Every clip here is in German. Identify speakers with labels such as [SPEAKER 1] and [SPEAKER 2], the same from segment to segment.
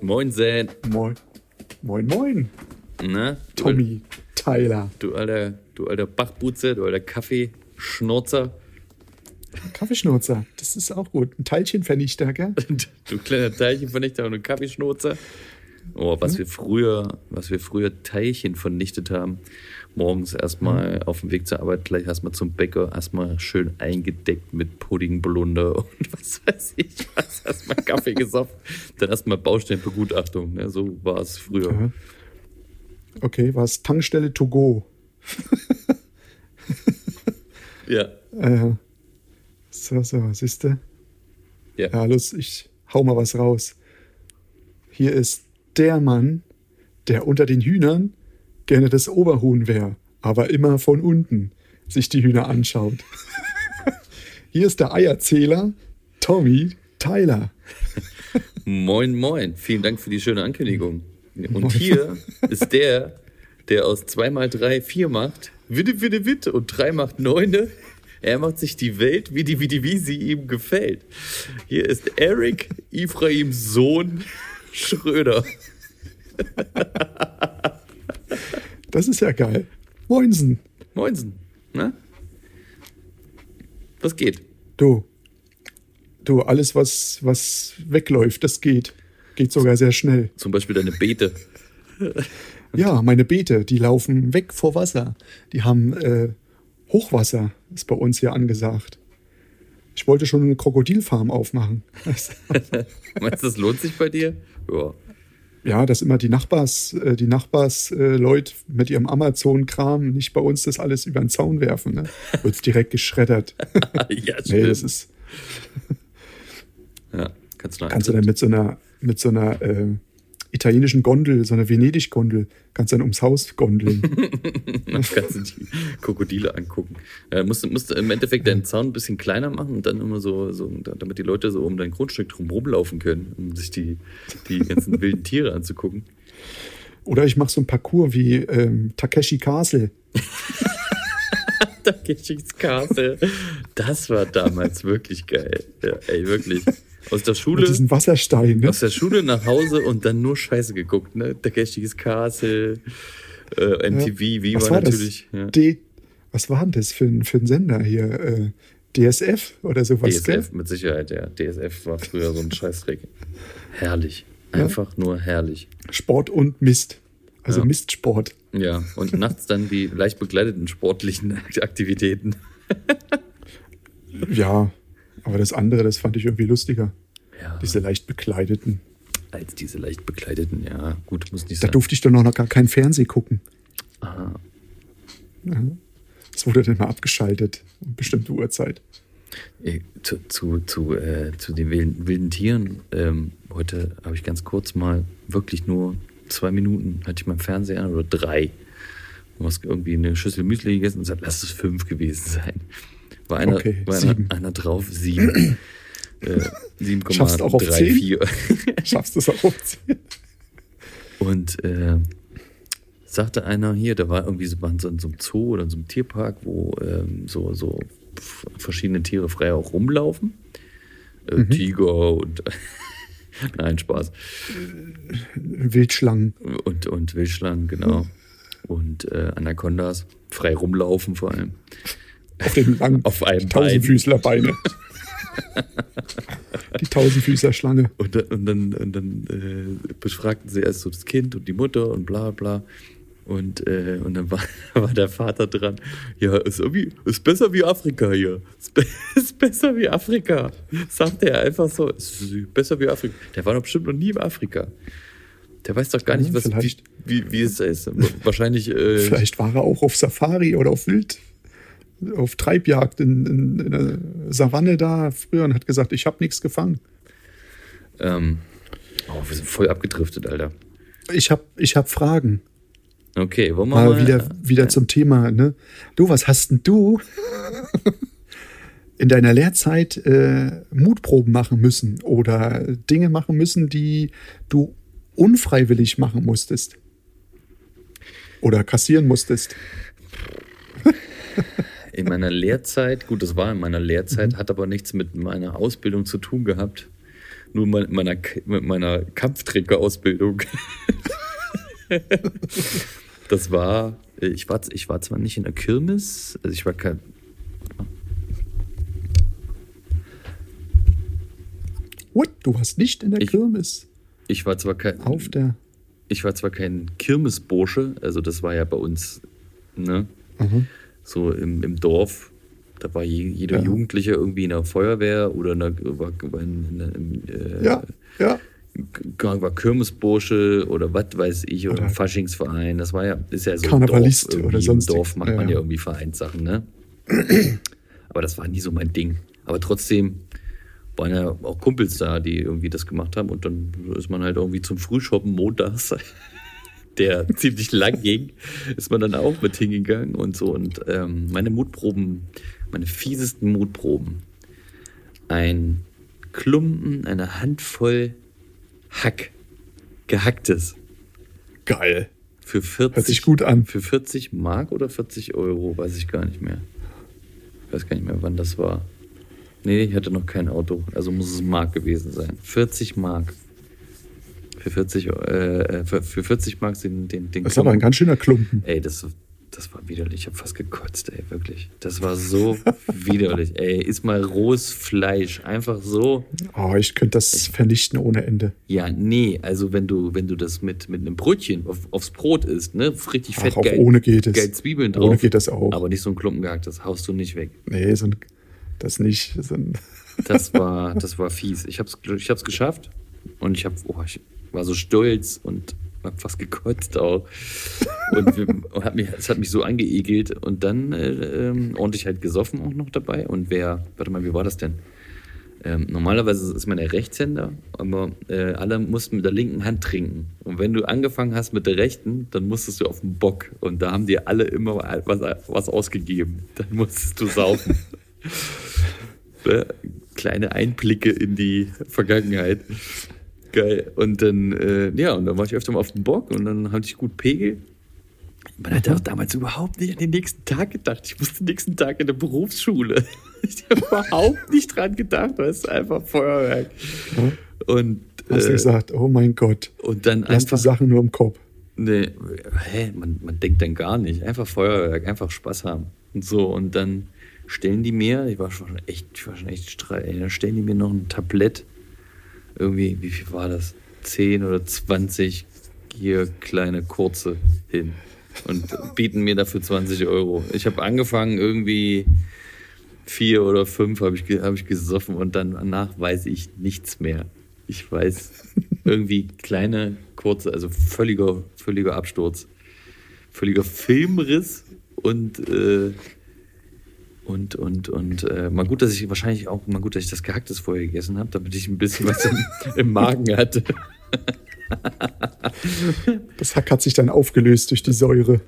[SPEAKER 1] Moin, Zed.
[SPEAKER 2] Moin. Moin, moin.
[SPEAKER 1] Ne? Du
[SPEAKER 2] Tommy Tyler.
[SPEAKER 1] Al, du alter, du alter Bachbutze, du alter Kaffeeschnurzer,
[SPEAKER 2] Kaffeeschnurzer. Das ist auch gut. Ein Teilchenvernichter, gell?
[SPEAKER 1] du kleiner Teilchenvernichter und ein Kaffeeschnurzer. Oh, was wir früher, was wir früher Teilchen vernichtet haben. Morgens erstmal auf dem Weg zur Arbeit, gleich erstmal zum Bäcker, erstmal schön eingedeckt mit Puddingblunder und was weiß ich was. Erstmal Kaffee gesoffen, dann erstmal Baustellenbegutachtung. Ne? So war es früher.
[SPEAKER 2] Ja. Okay, war es Tankstelle to go.
[SPEAKER 1] Ja,
[SPEAKER 2] Äh, so, so, siehst du?
[SPEAKER 1] Ja.
[SPEAKER 2] Ja, los, ich hau mal was raus. Hier ist der Mann, der unter den Hühnern gerne das Oberhuhn wäre, aber immer von unten sich die Hühner anschaut. Hier ist der Eierzähler Tommy Tyler.
[SPEAKER 1] Moin, moin. Vielen Dank für die schöne Ankündigung. Und hier ist der, der aus 2 mal 3 4 macht, witte, witte, witte und 3 macht 9. Er macht sich die Welt, wie die, wie die, wie sie ihm gefällt. Hier ist Eric, Ifraims Sohn, Schröder.
[SPEAKER 2] Das ist ja geil. Moinsen,
[SPEAKER 1] Moinsen. Na? Was geht?
[SPEAKER 2] du. Du, alles, was, was wegläuft, das geht. Geht sogar sehr schnell.
[SPEAKER 1] Zum Beispiel deine Beete.
[SPEAKER 2] Ja, meine Beete, die laufen weg vor Wasser. Die haben äh, Hochwasser, ist bei uns hier angesagt. Ich wollte schon eine Krokodilfarm aufmachen.
[SPEAKER 1] Meinst du, das lohnt sich bei dir? Ja.
[SPEAKER 2] ja, dass immer die Nachbars, äh, die Nachbarsleute äh, Leut mit ihrem Amazon-Kram nicht bei uns das alles über den Zaun werfen. Ne? Wird's direkt geschreddert.
[SPEAKER 1] ja, stimmt.
[SPEAKER 2] nee, das ist,
[SPEAKER 1] ja, kannst du noch
[SPEAKER 2] kannst du dann mit so einer, mit so einer äh, italienischen Gondel, so einer Venedig-Gondel, kannst dann ums Haus gondeln.
[SPEAKER 1] Dann kannst du die Krokodile angucken. Äh, musst, musst im Endeffekt
[SPEAKER 2] Mhm.
[SPEAKER 1] deinen Zaun ein bisschen kleiner machen und dann immer so, so, damit die Leute so um dein Grundstück drum rumlaufen können, um sich die, die ganzen wilden Tiere anzugucken.
[SPEAKER 2] Oder ich mache so ein Parcours wie ähm, Takeshi Castle.
[SPEAKER 1] Takeshis Castle. Das war damals wirklich geil. Ja, ey, wirklich. Aus der
[SPEAKER 2] Mit
[SPEAKER 1] Schule,
[SPEAKER 2] diesen Wassersteinen. Ne?
[SPEAKER 1] aus der Schule nach Hause und dann nur Scheiße geguckt, ne? Takeshis Castle, äh, MTV, wie war natürlich.
[SPEAKER 2] Das?
[SPEAKER 1] Ja.
[SPEAKER 2] D was war denn das für ein, für ein Sender hier? Äh, DSF oder sowas? gell?
[SPEAKER 1] DSF mit Sicherheit, ja. DSF war früher so ein Scheißdreck. Herrlich. Einfach nur herrlich.
[SPEAKER 2] Sport und Mist. Also
[SPEAKER 1] Ja.
[SPEAKER 2] Mistsport.
[SPEAKER 1] Ja, und nachts dann die leicht begleiteten sportlichen Aktivitäten.
[SPEAKER 2] Ja, aber das andere, das fand ich irgendwie lustiger.
[SPEAKER 1] Ja,
[SPEAKER 2] Diese leicht bekleideten.
[SPEAKER 1] als diese leicht begleiteten, ja, gut, muss nicht
[SPEAKER 2] Da
[SPEAKER 1] sein.
[SPEAKER 2] durfte ich doch noch gar keinen Fernseh gucken.
[SPEAKER 1] Aha.
[SPEAKER 2] Das wurde dann mal abgeschaltet. Um bestimmte Uhrzeit.
[SPEAKER 1] Äh, Zu, zu, zu, äh, zu den wilden, wilden Tieren. Ähm, heute habe ich ganz kurz mal wirklich nur zwei Minuten, hatte ich meinen Fernseher an, oder drei. Du hast irgendwie eine Schüssel Müsli gegessen und gesagt, lass es fünf gewesen sein. War einer,
[SPEAKER 2] Okay,
[SPEAKER 1] war einer,
[SPEAKER 2] sieben.
[SPEAKER 1] einer drauf, sieben. äh,
[SPEAKER 2] Schaffst auch auf
[SPEAKER 1] 7,34.
[SPEAKER 2] Schaffst du es auch?
[SPEAKER 1] Und äh, sagte einer hier, da war irgendwie so, waren so in so einem Zoo oder in so einem Tierpark, wo ähm, so, so f- verschiedene Tiere frei auch rumlaufen. Äh, Tiger und nein, Spaß.
[SPEAKER 2] Wildschlangen.
[SPEAKER 1] Und, und Wildschlangen, genau. Und äh, Anacondas, frei rumlaufen vor allem.
[SPEAKER 2] Auf dem langen
[SPEAKER 1] Auf einem Bein.
[SPEAKER 2] Tausendfüßlerbeine. Die Tausendfüßerschlange.
[SPEAKER 1] Und, da- und dann, und dann äh, befragten sie erst so das Kind und die Mutter und bla bla. Und, äh, und dann war, war der Vater dran. Ja, ist irgendwie, ist besser wie Afrika hier. Ist, be ist besser wie Afrika. Sagte er einfach so, ist besser wie Afrika. Der war doch bestimmt noch nie in Afrika. Der weiß doch gar nicht,
[SPEAKER 2] Ja,
[SPEAKER 1] was, wie,
[SPEAKER 2] vielleicht.
[SPEAKER 1] wie, wie es ist. Wahrscheinlich, äh,
[SPEAKER 2] Vielleicht war er auch auf Safari oder auf Wild, auf Treibjagd in, in, in der Savanne da früher und hat gesagt, ich habe nichts gefangen.
[SPEAKER 1] ähm, oh, wir sind voll abgedriftet, Alter.
[SPEAKER 2] Ich habe ich hab Fragen.
[SPEAKER 1] Okay, wollen wir
[SPEAKER 2] Mal
[SPEAKER 1] mal
[SPEAKER 2] wieder, wieder zum Thema. Ne? Du, was hast denn du in deiner Lehrzeit äh, Mutproben machen müssen oder Dinge machen müssen, die du unfreiwillig machen musstest? Oder kassieren musstest?
[SPEAKER 1] In meiner
[SPEAKER 2] Mhm.
[SPEAKER 1] Lehrzeit, gut, das war in meiner Lehrzeit, hat aber nichts mit meiner Ausbildung zu tun gehabt. Nur mit meiner, mit meiner Kampftrinkerausbildung. das war, ich war, ich war zwar nicht in der Kirmes, also ich war kein.
[SPEAKER 2] What? Du warst nicht in der
[SPEAKER 1] Ich-
[SPEAKER 2] Kirmes?
[SPEAKER 1] Ich war zwar kein.
[SPEAKER 2] Auf der.
[SPEAKER 1] Ich war zwar kein Kirmesbursche, also das war ja bei uns, ne?
[SPEAKER 2] Aha.
[SPEAKER 1] so im, im Dorf. Da war je, jeder
[SPEAKER 2] Ja.
[SPEAKER 1] Jugendliche irgendwie in der Feuerwehr oder in der, war, war in, in, im, äh,
[SPEAKER 2] Ja, ja.
[SPEAKER 1] K- war Kirmesbursche oder was weiß ich oder,
[SPEAKER 2] Oder-
[SPEAKER 1] im Faschingsverein. Das war ja, ist ja so. im
[SPEAKER 2] Karnevalist
[SPEAKER 1] Dorf, irgendwie.
[SPEAKER 2] oder
[SPEAKER 1] Im
[SPEAKER 2] sonstiges.
[SPEAKER 1] Dorf macht
[SPEAKER 2] Ja,
[SPEAKER 1] man ja
[SPEAKER 2] ja.
[SPEAKER 1] irgendwie Vereinssachen, ne? Aber das war nie so mein Ding. Aber trotzdem waren ja auch Kumpels da, die irgendwie das gemacht haben. Und dann ist man halt irgendwie zum Frühschoppen montags, der ziemlich lang ging, ist man dann auch mit hingegangen und so. Und ähm, meine Mutproben, meine fiesesten Mutproben, ein Klumpen, eine Handvoll Hack, gehacktes,
[SPEAKER 2] Geil.
[SPEAKER 1] für 40,
[SPEAKER 2] Hört sich gut an.
[SPEAKER 1] für 40 Mark oder 40 Euro, weiß ich gar nicht mehr. Ich weiß gar nicht mehr, wann das war. Nee, ich hatte noch kein Auto, also muss es Mark gewesen sein. 40 Mark. Für 40, äh, äh, für, für 40 Mark den, den, den
[SPEAKER 2] Das ist aber ein
[SPEAKER 1] Klumpen.
[SPEAKER 2] ganz schöner Klumpen.
[SPEAKER 1] Ey, das, das war widerlich. Ich habe fast gekotzt, ey, wirklich. Das war so widerlich. Ey, ist mal rohes Fleisch. Einfach so.
[SPEAKER 2] Oh, ich könnte das vernichten ohne Ende.
[SPEAKER 1] Ja, nee, also wenn du, wenn du das mit, mit einem Brötchen auf, aufs Brot isst, ne? Richtig fett
[SPEAKER 2] Ach, auch
[SPEAKER 1] geil,
[SPEAKER 2] ohne geht es.
[SPEAKER 1] geil Zwiebeln drauf.
[SPEAKER 2] Ohne geht das auch.
[SPEAKER 1] Aber nicht so ein Klumpen gehackt, das haust du nicht weg.
[SPEAKER 2] Nee, so ein, das nicht. So ein,
[SPEAKER 1] Das war, das war fies. Ich hab's, ich hab's geschafft und ich hab, oh, ich war so stolz und hab fast gekotzt auch. Und wir, und hat mich, es hat mich so angeekelt und dann äh, ähm, ordentlich halt gesoffen auch noch dabei. Und wer, warte mal, wie war das denn? Ähm, normalerweise ist man der Rechtshänder, aber äh, alle mussten mit der linken Hand trinken. Und wenn du angefangen hast mit der rechten, dann musstest du auf den Bock. Und da haben dir alle immer was, was ausgegeben. Dann musstest du saufen. Ne? Kleine Einblicke in die Vergangenheit. Geil. Und dann, äh, ja, und dann war ich öfter mal auf dem Bock und dann hatte ich gut Pegel. Man hat auch damals überhaupt nicht an den nächsten Tag gedacht. Ich musste den nächsten Tag in der Berufsschule. Ich habe überhaupt nicht dran gedacht, weißt du, einfach Feuerwerk. Und,
[SPEAKER 2] Hm? hast du
[SPEAKER 1] äh,
[SPEAKER 2] gesagt, oh mein Gott,
[SPEAKER 1] und dann
[SPEAKER 2] lass die
[SPEAKER 1] einfach
[SPEAKER 2] Sachen nur im Kopf.
[SPEAKER 1] Nee, hä, man, man denkt dann gar nicht. Einfach Feuerwerk, einfach Spaß haben. Und so, und dann stellen die mir, ich war schon echt, ich war schon echt streit, ey, dann stellen die mir noch ein Tablett. Irgendwie, wie viel war das? 10 oder 20 hier kleine kurze hin. Und bieten mir dafür 20 Euro. Ich habe angefangen, irgendwie vier oder fünf habe ich, ge- hab ich gesoffen und dann danach weiß ich nichts mehr. Ich weiß irgendwie kleine, kurze, also völliger, völliger Absturz, völliger Filmriss und äh, und und und äh, mal gut, dass ich wahrscheinlich auch mal gut, dass ich das Gehacktes vorher gegessen habe, damit ich ein bisschen was im, im Magen hatte.
[SPEAKER 2] Das Hack hat sich dann aufgelöst durch die Säure.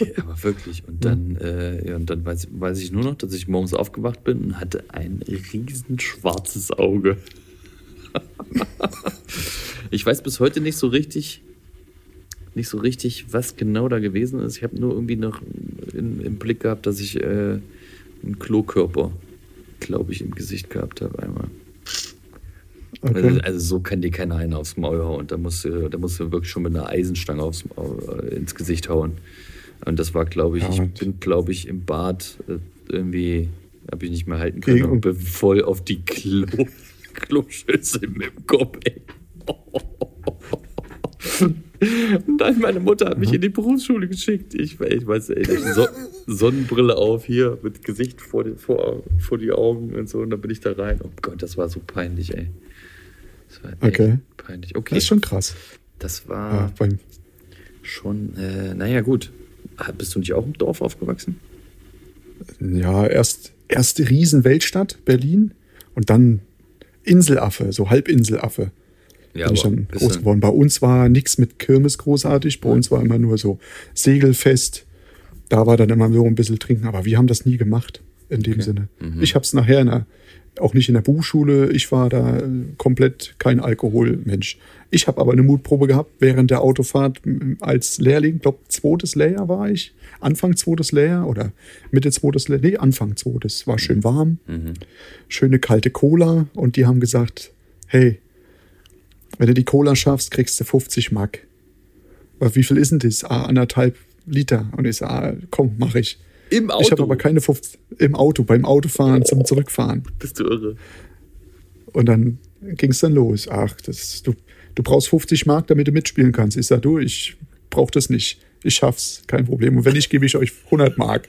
[SPEAKER 1] Ja, aber wirklich. Und dann, äh, ja, und dann weiß, weiß ich nur noch, dass ich morgens aufgewacht bin und hatte ein riesen schwarzes Auge. ich weiß bis heute nicht so richtig, nicht so richtig, was genau da gewesen ist. Ich habe nur irgendwie noch in, im Blick gehabt, dass ich äh, einen Klokörper, glaube ich, im Gesicht gehabt habe einmal. Also,
[SPEAKER 2] Okay.
[SPEAKER 1] also so kann dir keiner einen aufs Maul hauen. Da musst du, da musst du wirklich schon mit einer Eisenstange aufs, Maul- äh, ins Gesicht hauen. Und das war, glaube ich,
[SPEAKER 2] Ja,
[SPEAKER 1] ich
[SPEAKER 2] und-
[SPEAKER 1] bin, glaube ich, im Bad äh, irgendwie, habe ich nicht mehr halten
[SPEAKER 2] Gegen-
[SPEAKER 1] können und bin voll auf die Klo, Kloschüssel mit dem Kopf. Ey. Und dann meine Mutter hat
[SPEAKER 2] Mhm.
[SPEAKER 1] mich in die Berufsschule geschickt. Ich, ich weiß, ey, so, Sonnenbrille auf hier mit Gesicht vor die, vor, vor die Augen und so. Und dann bin ich da rein. Oh Gott, das war so peinlich, ey. Das war
[SPEAKER 2] Okay.
[SPEAKER 1] echt peinlich.
[SPEAKER 2] Das
[SPEAKER 1] Okay,
[SPEAKER 2] ist schon krass.
[SPEAKER 1] das
[SPEAKER 2] Ja,
[SPEAKER 1] war
[SPEAKER 2] beim,
[SPEAKER 1] schon, äh, naja, gut. Ah, Bist du nicht auch im Dorf aufgewachsen?
[SPEAKER 2] ja erst erste Riesenweltstadt, Berlin, und dann Inselaffe, so Halbinselaffe.
[SPEAKER 1] Ja,
[SPEAKER 2] bin ich dann
[SPEAKER 1] bist
[SPEAKER 2] groß
[SPEAKER 1] du-
[SPEAKER 2] geworden. Bei uns war nichts mit Kirmes großartig, bei uns war immer nur so Segelfest.
[SPEAKER 1] Mhm.
[SPEAKER 2] Da war dann immer so ein bisschen trinken, aber wir haben das nie gemacht in dem Sinne. Ich habe es nachher in der, Auch nicht in der Buchschule. Ich war da äh, komplett kein Alkoholmensch. Ich habe aber eine Mutprobe gehabt während der Autofahrt m, als Lehrling. Glaub, zweites Lehrjahr war ich. Anfang zweites Lehrjahr oder Mitte zweites Lehrjahr. Nee, Anfang zweites. War schön warm.
[SPEAKER 1] Mhm.
[SPEAKER 2] Schöne kalte Cola. Und die haben gesagt, hey, wenn du die Cola schaffst, kriegst du 50 Mark. Aber wie viel ist denn das? Ah, anderthalb Liter. Und ich sage, ah, komm, mach ich.
[SPEAKER 1] Im Auto Oh.
[SPEAKER 2] Ich habe aber keine 50 im Auto, beim Autofahren zum Zurückfahren.
[SPEAKER 1] bist du irre.
[SPEAKER 2] Und dann ging es dann los. Ach, das, du, du brauchst 50 Mark, damit du mitspielen kannst. Ich sage, du, ich brauche das nicht. Ich schaff's, kein Problem. Und wenn nicht, gebe ich euch 100 Mark,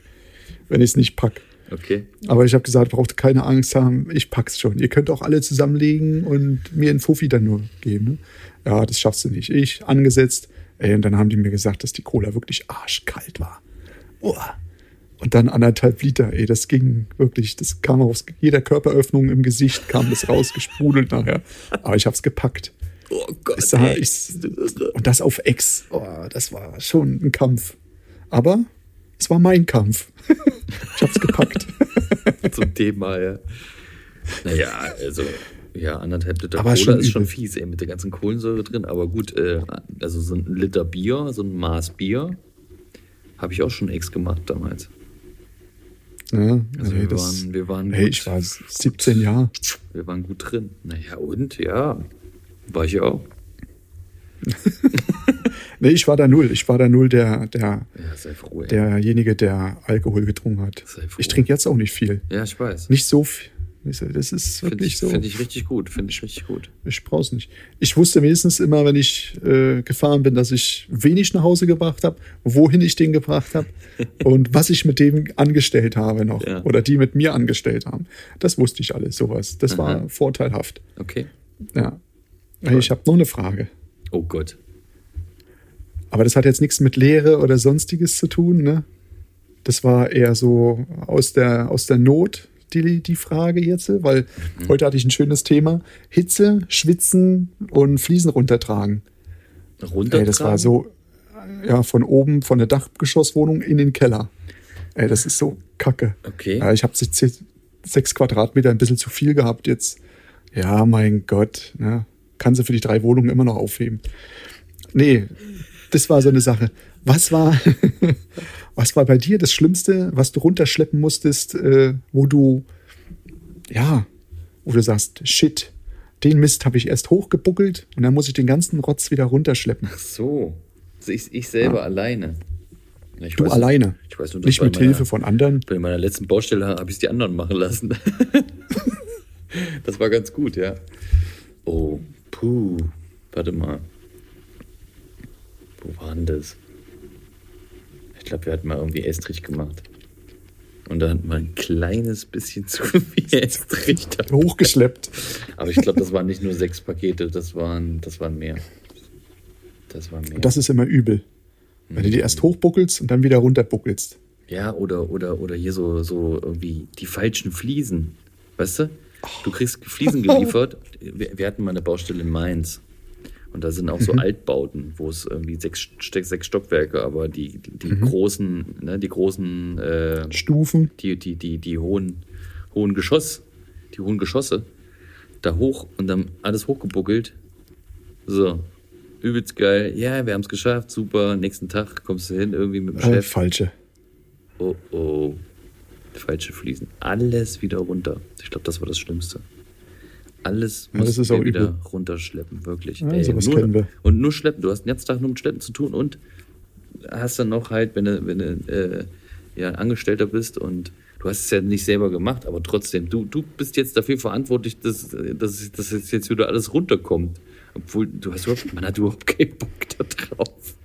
[SPEAKER 2] wenn ich es nicht pack.
[SPEAKER 1] Okay.
[SPEAKER 2] Aber ich habe gesagt, braucht keine Angst haben, ich pack's schon. Ihr könnt auch alle zusammenlegen und mir einen Fuffi dann nur geben. Ne? Ja, das schaffst du nicht. Ich angesetzt. Ey, und dann haben die mir gesagt, dass die Cola wirklich arschkalt war. Uah. Und dann anderthalb Liter, ey, das ging wirklich, das kam aus jeder Körperöffnung im Gesicht, kam das rausgesprudelt nachher. Aber ich hab's gepackt.
[SPEAKER 1] Oh Gott.
[SPEAKER 2] Ich sah,
[SPEAKER 1] ey,
[SPEAKER 2] ich,
[SPEAKER 1] bist du irre.
[SPEAKER 2] und das auf Ex. Oh, das war schon ein Kampf. Aber es war mein Kampf. ich hab's gepackt.
[SPEAKER 1] zum Thema, ja. Naja, also, ja, anderthalb Liter
[SPEAKER 2] Aber
[SPEAKER 1] Cola
[SPEAKER 2] schon
[SPEAKER 1] ist schon
[SPEAKER 2] übel.
[SPEAKER 1] fies, ey, mit der ganzen Kohlensäure drin. Aber gut, äh, also so ein Liter Bier, so ein Maß Bier, habe ich auch schon ex gemacht damals.
[SPEAKER 2] Ja,
[SPEAKER 1] Also
[SPEAKER 2] nee,
[SPEAKER 1] wir,
[SPEAKER 2] das,
[SPEAKER 1] waren, wir, waren
[SPEAKER 2] Hey,
[SPEAKER 1] gut,
[SPEAKER 2] ich war 17 Jahre.
[SPEAKER 1] wir waren gut drin. Naja, und? Ja, war ich auch.
[SPEAKER 2] Nee, ich war da null. Ich war da null der, der,
[SPEAKER 1] Ja, sei froh, ey.
[SPEAKER 2] derjenige, der Alkohol getrunken hat.
[SPEAKER 1] Sei froh.
[SPEAKER 2] Ich trinke jetzt auch nicht viel.
[SPEAKER 1] ja, ich weiß.
[SPEAKER 2] Nicht so viel. Weißt du, Das ist
[SPEAKER 1] Finde
[SPEAKER 2] wirklich
[SPEAKER 1] ich,
[SPEAKER 2] so.
[SPEAKER 1] find ich richtig gut, finde ich richtig gut.
[SPEAKER 2] Ich brauch's nicht. Ich wusste wenigstens immer, wenn ich äh, gefahren bin, dass ich wenig nach Hause gebracht habe, wohin ich den gebracht habe und was ich mit dem angestellt habe noch.
[SPEAKER 1] Ja.
[SPEAKER 2] Oder die mit mir angestellt haben. Das wusste ich alles, sowas. Das war vorteilhaft.
[SPEAKER 1] Okay.
[SPEAKER 2] Ja. Hey, Ich habe noch eine Frage.
[SPEAKER 1] Oh Gott.
[SPEAKER 2] Aber das hat jetzt nichts mit Lehre oder sonstiges zu tun, ne? Das war eher so aus der, aus der Not, die, die Frage jetzt, weil heute hatte ich ein schönes Thema. Hitze, Schwitzen und Fliesen runtertragen.
[SPEAKER 1] Runtertragen?
[SPEAKER 2] Ey, das war so, ja, von oben, von der Dachgeschosswohnung in den Keller. Ey, das ist so kacke.
[SPEAKER 1] Okay.
[SPEAKER 2] Ja, ich habe sechs Quadratmeter ein bisschen zu viel gehabt jetzt. Ja, mein Gott. Ne? Kann sie für die drei Wohnungen immer noch aufheben. Nee, das war so eine Sache. Was war, was war bei dir das Schlimmste, was du runterschleppen musstest, äh, wo du, ja, wo du sagst, shit, den Mist habe ich erst hochgebuckelt und dann muss ich den ganzen Rotz wieder runterschleppen.
[SPEAKER 1] Ach so. Also ich, ich selber alleine. Ja, Ich
[SPEAKER 2] Ah. Du
[SPEAKER 1] weiß-
[SPEAKER 2] alleine.
[SPEAKER 1] Ich weiß nur, dass
[SPEAKER 2] Nicht
[SPEAKER 1] bei
[SPEAKER 2] mit
[SPEAKER 1] meiner-
[SPEAKER 2] Hilfe von anderen.
[SPEAKER 1] Bei meiner letzten Baustelle habe ich es die anderen machen lassen. das war ganz gut, ja. Oh, puh. Warte mal. Wo war denn das? Ich glaube, wir hatten mal irgendwie Estrich gemacht. Und da hatten wir ein kleines bisschen zu viel Estrich. Da.
[SPEAKER 2] Hochgeschleppt.
[SPEAKER 1] Aber ich glaube, das waren nicht nur sechs Pakete, das waren, das waren mehr. Das waren mehr.
[SPEAKER 2] Und das ist immer übel. Wenn du die
[SPEAKER 1] Mhm.
[SPEAKER 2] erst hochbuckelst und dann wieder runterbuckelst.
[SPEAKER 1] Ja, oder, oder, oder hier so, so irgendwie die falschen Fliesen. Weißt du? Du kriegst Fliesen geliefert. Wir, wir hatten mal eine Baustelle in Mainz. Und da sind auch so Altbauten, wo es irgendwie sechs, St- sechs Stockwerke, aber die, die großen, ne, die großen, äh,
[SPEAKER 2] Stufen.
[SPEAKER 1] die, die, die, die hohen, hohen Geschoss, die hohen Geschosse, da hoch und dann alles hochgebuckelt. So. Übelst geil. Ja, wir haben es geschafft. Super. Nächsten Tag kommst du hin irgendwie mit dem
[SPEAKER 2] Äh,
[SPEAKER 1] Chef.
[SPEAKER 2] falsche.
[SPEAKER 1] Oh oh. Falsche Fliesen. Alles wieder runter. Ich glaube, das war das Schlimmste. Alles
[SPEAKER 2] Ja, das
[SPEAKER 1] mussten
[SPEAKER 2] ist
[SPEAKER 1] wir
[SPEAKER 2] auch
[SPEAKER 1] wieder
[SPEAKER 2] übel.
[SPEAKER 1] runterschleppen, wirklich.
[SPEAKER 2] Ja, sowas
[SPEAKER 1] nur,
[SPEAKER 2] kennen wir.
[SPEAKER 1] Und nur schleppen. Du hast den ganzen Tag nur mit Schleppen zu tun und hast dann noch halt, wenn du, wenn du äh, ja, ein Angestellter bist und du hast es ja nicht selber gemacht, aber trotzdem, du, du bist jetzt dafür verantwortlich, dass, dass, dass es jetzt wieder alles runterkommt. Obwohl, du hast überhaupt, man hat überhaupt keinen Bock da drauf.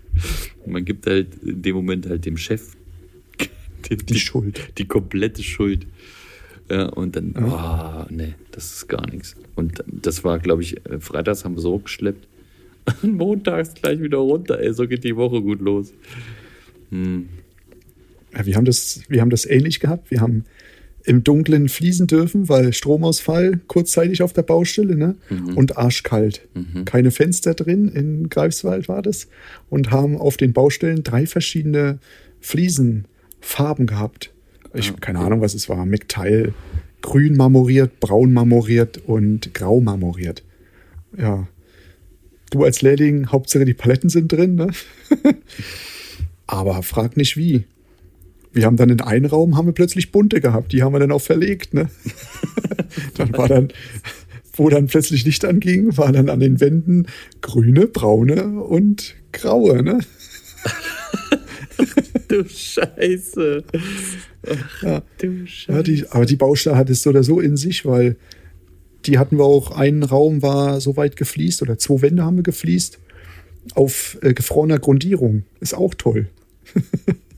[SPEAKER 1] Man gibt halt in dem Moment halt dem Chef die,
[SPEAKER 2] Die Schuld.
[SPEAKER 1] die komplette Schuld. Ja, und dann, ah, nee, das ist gar nichts. Und das war, glaube ich, äh, freitags haben wir so hochgeschleppt. Und montags gleich wieder runter, ey, so geht die Woche gut los.
[SPEAKER 2] Ja, wir, haben das, wir haben das ähnlich gehabt. Wir haben im Dunkeln fließen dürfen, weil Stromausfall kurzzeitig auf der Baustelle ne? und arschkalt. Keine Fenster drin, in Greifswald war das. Und haben auf den Baustellen drei verschiedene Fliesenfarben gehabt. Ich habe keine Ahnung, was es war. McTile, grün marmoriert, braun marmoriert und grau marmoriert. Ja. Du als Lehrling, Hauptsache die Paletten sind drin, ne? Aber frag nicht wie. Wir haben dann in einen Raum haben wir plötzlich bunte gehabt, die haben wir dann auch verlegt, ne? dann war dann, wo dann plötzlich Licht anging, waren dann an den Wänden grüne, braune und graue, ne?
[SPEAKER 1] Du Scheiße.
[SPEAKER 2] Ja.
[SPEAKER 1] Du
[SPEAKER 2] Ja,
[SPEAKER 1] Scheiße.
[SPEAKER 2] die, aber die Baustelle hat es so oder so in sich, weil die hatten wir auch, einen Raum war so weit gefliest oder zwei Wände haben wir gefliest auf äh, gefrorener Grundierung. Ist auch toll.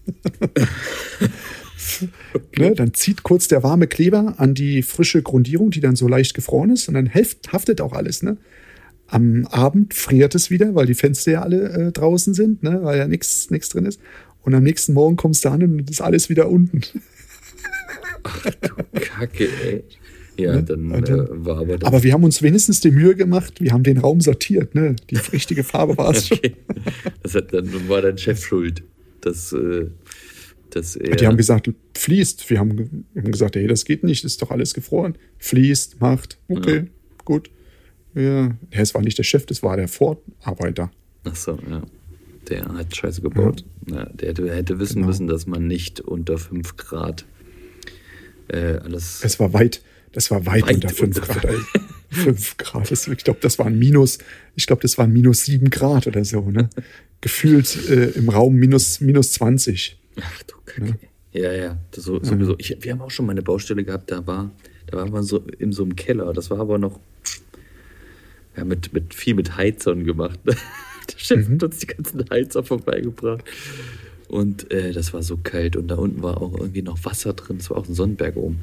[SPEAKER 2] Ne, dann zieht kurz der warme Kleber an die frische Grundierung, die dann so leicht gefroren ist und dann heft, haftet auch alles. Ne? Am Abend friert es wieder, weil die Fenster ja alle äh, draußen sind, ne? weil ja nichts drin ist. Und am nächsten Morgen kommst du an und ist alles wieder unten.
[SPEAKER 1] Kacke, ey. Ja,
[SPEAKER 2] Ne?
[SPEAKER 1] dann,
[SPEAKER 2] Und dann-
[SPEAKER 1] äh, war aber das.
[SPEAKER 2] Aber wir haben uns wenigstens die Mühe gemacht, wir haben den Raum sortiert, ne? Die richtige Farbe war es schon.
[SPEAKER 1] okay. das hat, dann war dein Chef schuld. Das, äh, das er,
[SPEAKER 2] Die haben gesagt, fließt. Wir haben, ge- haben gesagt, hey, das geht nicht, ist doch alles gefroren. Fließt, macht, okay, gut. Ja. ja, es war nicht der Chef, das war der Vorarbeiter.
[SPEAKER 1] Ach so, ja. Der hat Scheiße gebaut. Ja. der hätte, hätte wissen
[SPEAKER 2] Hm. Genau.
[SPEAKER 1] müssen, dass man nicht unter 5 Grad äh, alles.
[SPEAKER 2] Es war weit, das war weit,
[SPEAKER 1] Weit
[SPEAKER 2] unter 5
[SPEAKER 1] unter-
[SPEAKER 2] Grad. ey. 5 Grad, ist, ich glaube, das waren minus, ich glaube, das waren minus 7 Grad oder so, ne? Gefühlt äh, im Raum minus, minus 20.
[SPEAKER 1] Ach du Kacke. Ja, ja, das so, sowieso. Ich, wir haben auch schon mal eine Baustelle gehabt, da war, da waren wir so in so einem Keller. Das war aber noch ja, mit, mit viel mit Heizern gemacht. Der Chef hat uns die ganzen Heizer vorbeigebracht. Und äh, das war so kalt. Und da unten war auch irgendwie noch Wasser drin. Es war auch ein Sonnenberg oben.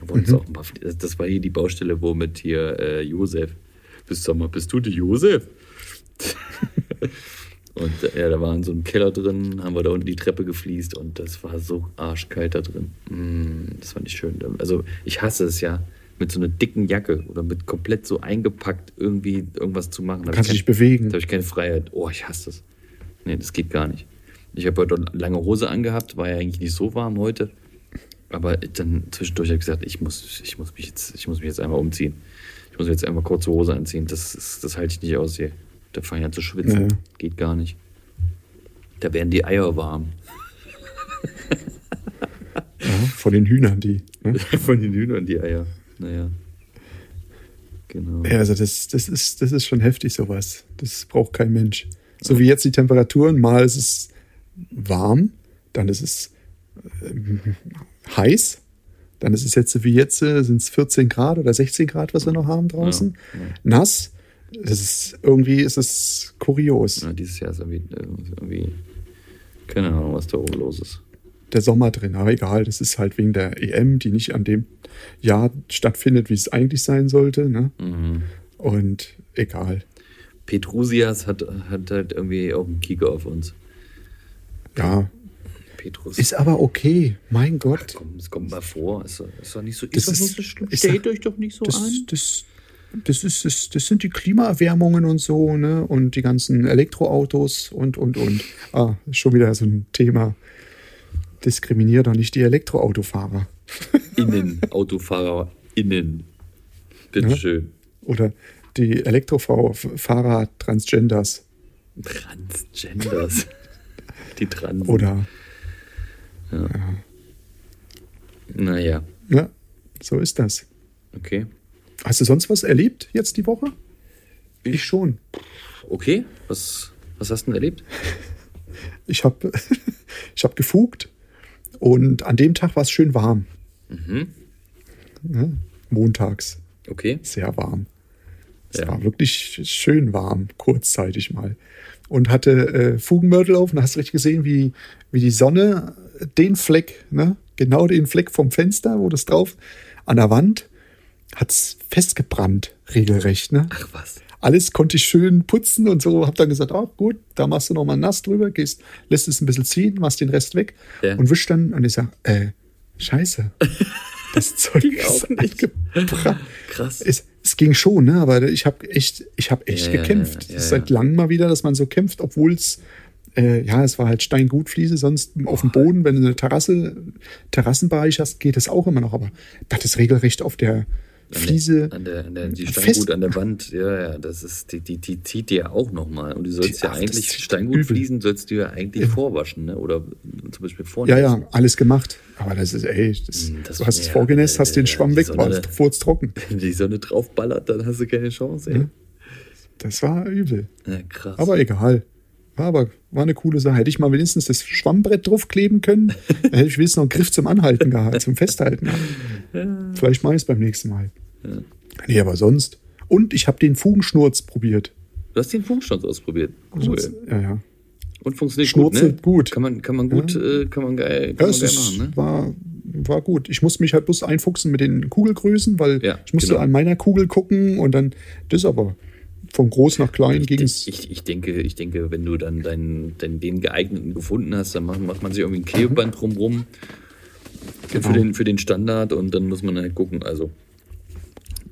[SPEAKER 1] Da wurden uns
[SPEAKER 2] Mhm.
[SPEAKER 1] auch ein paar, das- das war hier die Baustelle, wo mit hier äh, Josef. Bist du mal, bist du der Josef? Und äh, ja, da war in so einem Keller drin, haben wir da unten die Treppe gefliest und das war so arschkalt da drin. Mm, das war nicht schön. Also ich hasse es ja, mit so einer dicken Jacke oder mit komplett so eingepackt irgendwie irgendwas zu machen. Da hab
[SPEAKER 2] Kannst
[SPEAKER 1] ich
[SPEAKER 2] dich
[SPEAKER 1] kein-
[SPEAKER 2] bewegen.
[SPEAKER 1] Da habe ich keine Freiheit. Oh, ich hasse das. Nee, das geht gar nicht. Ich habe heute auch lange Hose angehabt, war ja eigentlich nicht so warm heute. Aber dann zwischendurch habe ich gesagt, ich muss, ich, muss mich jetzt, ich muss mich jetzt einmal umziehen. Ich muss mir jetzt einmal kurze Hose anziehen. Das, ist, das halte ich nicht aus hier. Da fange ich an zu schwitzen.
[SPEAKER 2] Ja.
[SPEAKER 1] Geht gar nicht. Da werden die Eier warm.
[SPEAKER 2] Ja, von den Hühnern, die. Ne?
[SPEAKER 1] Von den Hühnern die Eier. Naja. Genau.
[SPEAKER 2] Ja, also das, das, ist, das ist schon heftig, sowas. Das braucht kein Mensch. So wie jetzt die Temperaturen, mal ist es warm, dann ist es ähm, heiß, dann ist es jetzt so wie jetzt, sind es 14 Grad oder 16 Grad, was wir noch haben draußen.
[SPEAKER 1] Ja, ja.
[SPEAKER 2] Nass. Das ist irgendwie ist es kurios.
[SPEAKER 1] Ja, dieses Jahr ist irgendwie, irgendwie. Keine Ahnung, was da oben los ist.
[SPEAKER 2] Der Sommer drin, aber egal, das ist halt wegen der EM, die nicht an dem Jahr stattfindet, wie es eigentlich sein sollte. Ne?
[SPEAKER 1] Mhm.
[SPEAKER 2] Und egal.
[SPEAKER 1] Petrusias hat, hat halt irgendwie auch einen Kicker auf uns.
[SPEAKER 2] Ja,
[SPEAKER 1] Petrus.
[SPEAKER 2] ist aber okay. Mein Gott.
[SPEAKER 1] komm, es kommt mal vor. Ist, doch- ist doch nicht so, ist
[SPEAKER 2] Das
[SPEAKER 1] doch
[SPEAKER 2] ist-
[SPEAKER 1] nicht so schlimm.
[SPEAKER 2] ich sag-
[SPEAKER 1] Stellt euch doch nicht so
[SPEAKER 2] das,
[SPEAKER 1] an.
[SPEAKER 2] das, das, ist, das, das sind die Klimaerwärmungen und so, ne? Und die ganzen Elektroautos und, und, und. Ah, schon wieder so ein Thema. Diskriminier doch nicht die Elektroautofahrer.
[SPEAKER 1] Innen, Autofahrer, innen.
[SPEAKER 2] Ja.
[SPEAKER 1] Bitteschön.
[SPEAKER 2] Oder die Elektrofahrer Transgenders.
[SPEAKER 1] Transgenders. Die Trans.
[SPEAKER 2] Oder,
[SPEAKER 1] Naja,
[SPEAKER 2] ja, ne, so ist das.
[SPEAKER 1] okay.
[SPEAKER 2] Hast du sonst was erlebt jetzt die Woche? Ich schon.
[SPEAKER 1] Okay, was, was hast du denn erlebt?
[SPEAKER 2] Ich habe ich hab gefugt und an dem Tag war es schön warm.
[SPEAKER 1] Mhm.
[SPEAKER 2] Ne? Montags.
[SPEAKER 1] Okay.
[SPEAKER 2] sehr warm. Es
[SPEAKER 1] Ja.
[SPEAKER 2] war wirklich schön warm, kurzzeitig mal. Und hatte äh, Fugenmörtel auf und hast richtig gesehen, wie, wie die Sonne den Fleck, ne, genau den Fleck vom Fenster, wo das drauf, an der Wand, hat's festgebrannt, regelrecht. Ne?
[SPEAKER 1] Ach was.
[SPEAKER 2] Alles konnte ich schön putzen und so. Hab dann gesagt, ach gut, da machst du nochmal nass drüber, gehst, lässt es ein bisschen ziehen, machst den Rest weg
[SPEAKER 1] Ja.
[SPEAKER 2] und wisch dann. Und ich sag, äh, scheiße. Das Zeug
[SPEAKER 1] Ging
[SPEAKER 2] ist
[SPEAKER 1] auch nicht.
[SPEAKER 2] eingebrannt.
[SPEAKER 1] Krass.
[SPEAKER 2] Es, es ging schon, ne? aber ich habe echt, ich hab echt
[SPEAKER 1] Ja, ja,
[SPEAKER 2] gekämpft.
[SPEAKER 1] ja, ja,
[SPEAKER 2] Das ist
[SPEAKER 1] ja.
[SPEAKER 2] seit langem mal wieder, dass man so kämpft, obwohl es äh, ja, es war halt Steingutfliese, sonst auf dem Boden, wenn du eine Terrasse, Terrassenbereich hast, geht das auch immer noch, aber das ist regelrecht auf der Fliese.
[SPEAKER 1] An der, an der, die
[SPEAKER 2] Fest-
[SPEAKER 1] Steingut an der Wand, ja, ja, das ist, die, die, die zieht dir ja auch nochmal. Und du sollst
[SPEAKER 2] Die-
[SPEAKER 1] ja
[SPEAKER 2] ach, das
[SPEAKER 1] eigentlich,
[SPEAKER 2] zieht übel.
[SPEAKER 1] Steingutfliesen sollst du ja eigentlich vorwaschen, ne? Oder zum Beispiel
[SPEAKER 2] Ja,
[SPEAKER 1] vornehmen.
[SPEAKER 2] ja, alles gemacht. Aber das ist, ey, das,
[SPEAKER 1] Mm, das-
[SPEAKER 2] du hast es
[SPEAKER 1] ja,
[SPEAKER 2] vorgenässt, hast den
[SPEAKER 1] äh,
[SPEAKER 2] Schwamm
[SPEAKER 1] die
[SPEAKER 2] weg,
[SPEAKER 1] Sonne-
[SPEAKER 2] war es trocken.
[SPEAKER 1] Wenn die Sonne draufballert, dann hast du keine Chance, ey.
[SPEAKER 2] Das war übel.
[SPEAKER 1] Ja, krass.
[SPEAKER 2] Aber egal. War aber war eine coole Sache. Hätte ich mal wenigstens das Schwammbrett draufkleben können, dann hätte ich wenigstens noch einen Griff zum Anhalten gehabt, zum Festhalten. Vielleicht mache ich es beim nächsten Mal. Nee, aber sonst. Und ich habe den Fugenschnurz probiert.
[SPEAKER 1] du hast den Funkschnurz ausprobiert. Cool.
[SPEAKER 2] Ja, ja.
[SPEAKER 1] Und funktioniert gut, ne?
[SPEAKER 2] Schnurzelt gut.
[SPEAKER 1] Kann man, kann man gut, äh, kann man geil,
[SPEAKER 2] Ja,
[SPEAKER 1] kann man
[SPEAKER 2] es
[SPEAKER 1] geil
[SPEAKER 2] ist,
[SPEAKER 1] machen, ne?
[SPEAKER 2] war, war gut. Ich musste mich halt bloß einfuchsen mit den Kugelgrößen, weil
[SPEAKER 1] Ja,
[SPEAKER 2] ich musste
[SPEAKER 1] genau.
[SPEAKER 2] an meiner Kugel gucken und dann, das aber von groß nach klein ging es.
[SPEAKER 1] Ich, ich, denke, ich denke, wenn du dann deinen, deinen, den geeigneten gefunden hast, dann macht, macht man sich irgendwie ein Klebeband drumrum für,
[SPEAKER 2] Mhm. Genau.
[SPEAKER 1] den, für den Standard und dann muss man halt gucken. Also.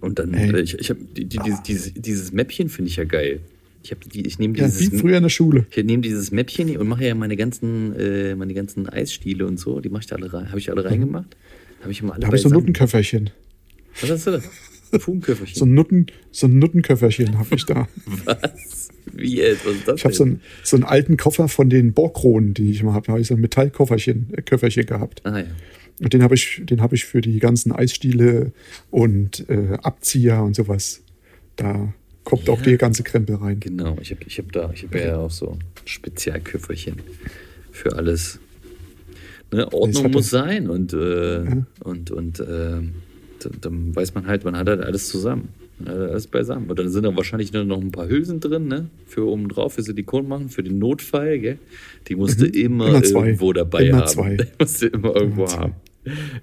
[SPEAKER 1] Und dann,
[SPEAKER 2] Ey.
[SPEAKER 1] äh, ich, ich habe die, die,
[SPEAKER 2] Ah.
[SPEAKER 1] dieses, dieses, dieses Mäppchen finde ich ja geil. Ich, hab die, ich nehme
[SPEAKER 2] Ja,
[SPEAKER 1] dieses,
[SPEAKER 2] wie früher in der Schule.
[SPEAKER 1] ich nehm dieses Mäppchen hier und mache ja meine ganzen, äh, meine ganzen Eisstiele und so, die mache ich da alle rein, habe ich alle reingemacht. Habe ich immer alle
[SPEAKER 2] Mhm. Da habe ich so ein
[SPEAKER 1] beisammen.
[SPEAKER 2] Nuttenköfferchen.
[SPEAKER 1] Was hast du da? Fugenköfferchen.
[SPEAKER 2] So ein, Nutten, so ein Nuttenköfferchen habe ich da.
[SPEAKER 1] Was? Wie jetzt? Was ist das
[SPEAKER 2] Ich habe so,
[SPEAKER 1] denn?
[SPEAKER 2] einen- so einen alten Koffer von den Borgkronen, die ich immer habe. Da habe ich so ein Metallkofferchen äh, Köfferchen gehabt.
[SPEAKER 1] Ah, ja.
[SPEAKER 2] Und den habe ich, den hab ich für die ganzen Eisstiele und äh, Abzieher und sowas. Da kommt auch der ganze Krempel rein.
[SPEAKER 1] Genau, ich habe ich hab da, ich habe ja auch so Spezialköfferchen für alles. Ne,
[SPEAKER 2] Ich
[SPEAKER 1] Ordnung
[SPEAKER 2] hatte-
[SPEAKER 1] muss sein und, äh, und, und äh, dann, dann weiß man halt, man hat halt alles zusammen. Man hat halt Alles beisammen. Und dann sind da wahrscheinlich nur noch ein paar Hülsen drin, ne? Für oben drauf, für Silikon machen, für den Notfall, gell? Die musste immer,
[SPEAKER 2] Mhm. Immer zwei.
[SPEAKER 1] irgendwo dabei
[SPEAKER 2] Immer
[SPEAKER 1] haben.
[SPEAKER 2] zwei.
[SPEAKER 1] Die musste immer irgendwo
[SPEAKER 2] zwei.
[SPEAKER 1] haben.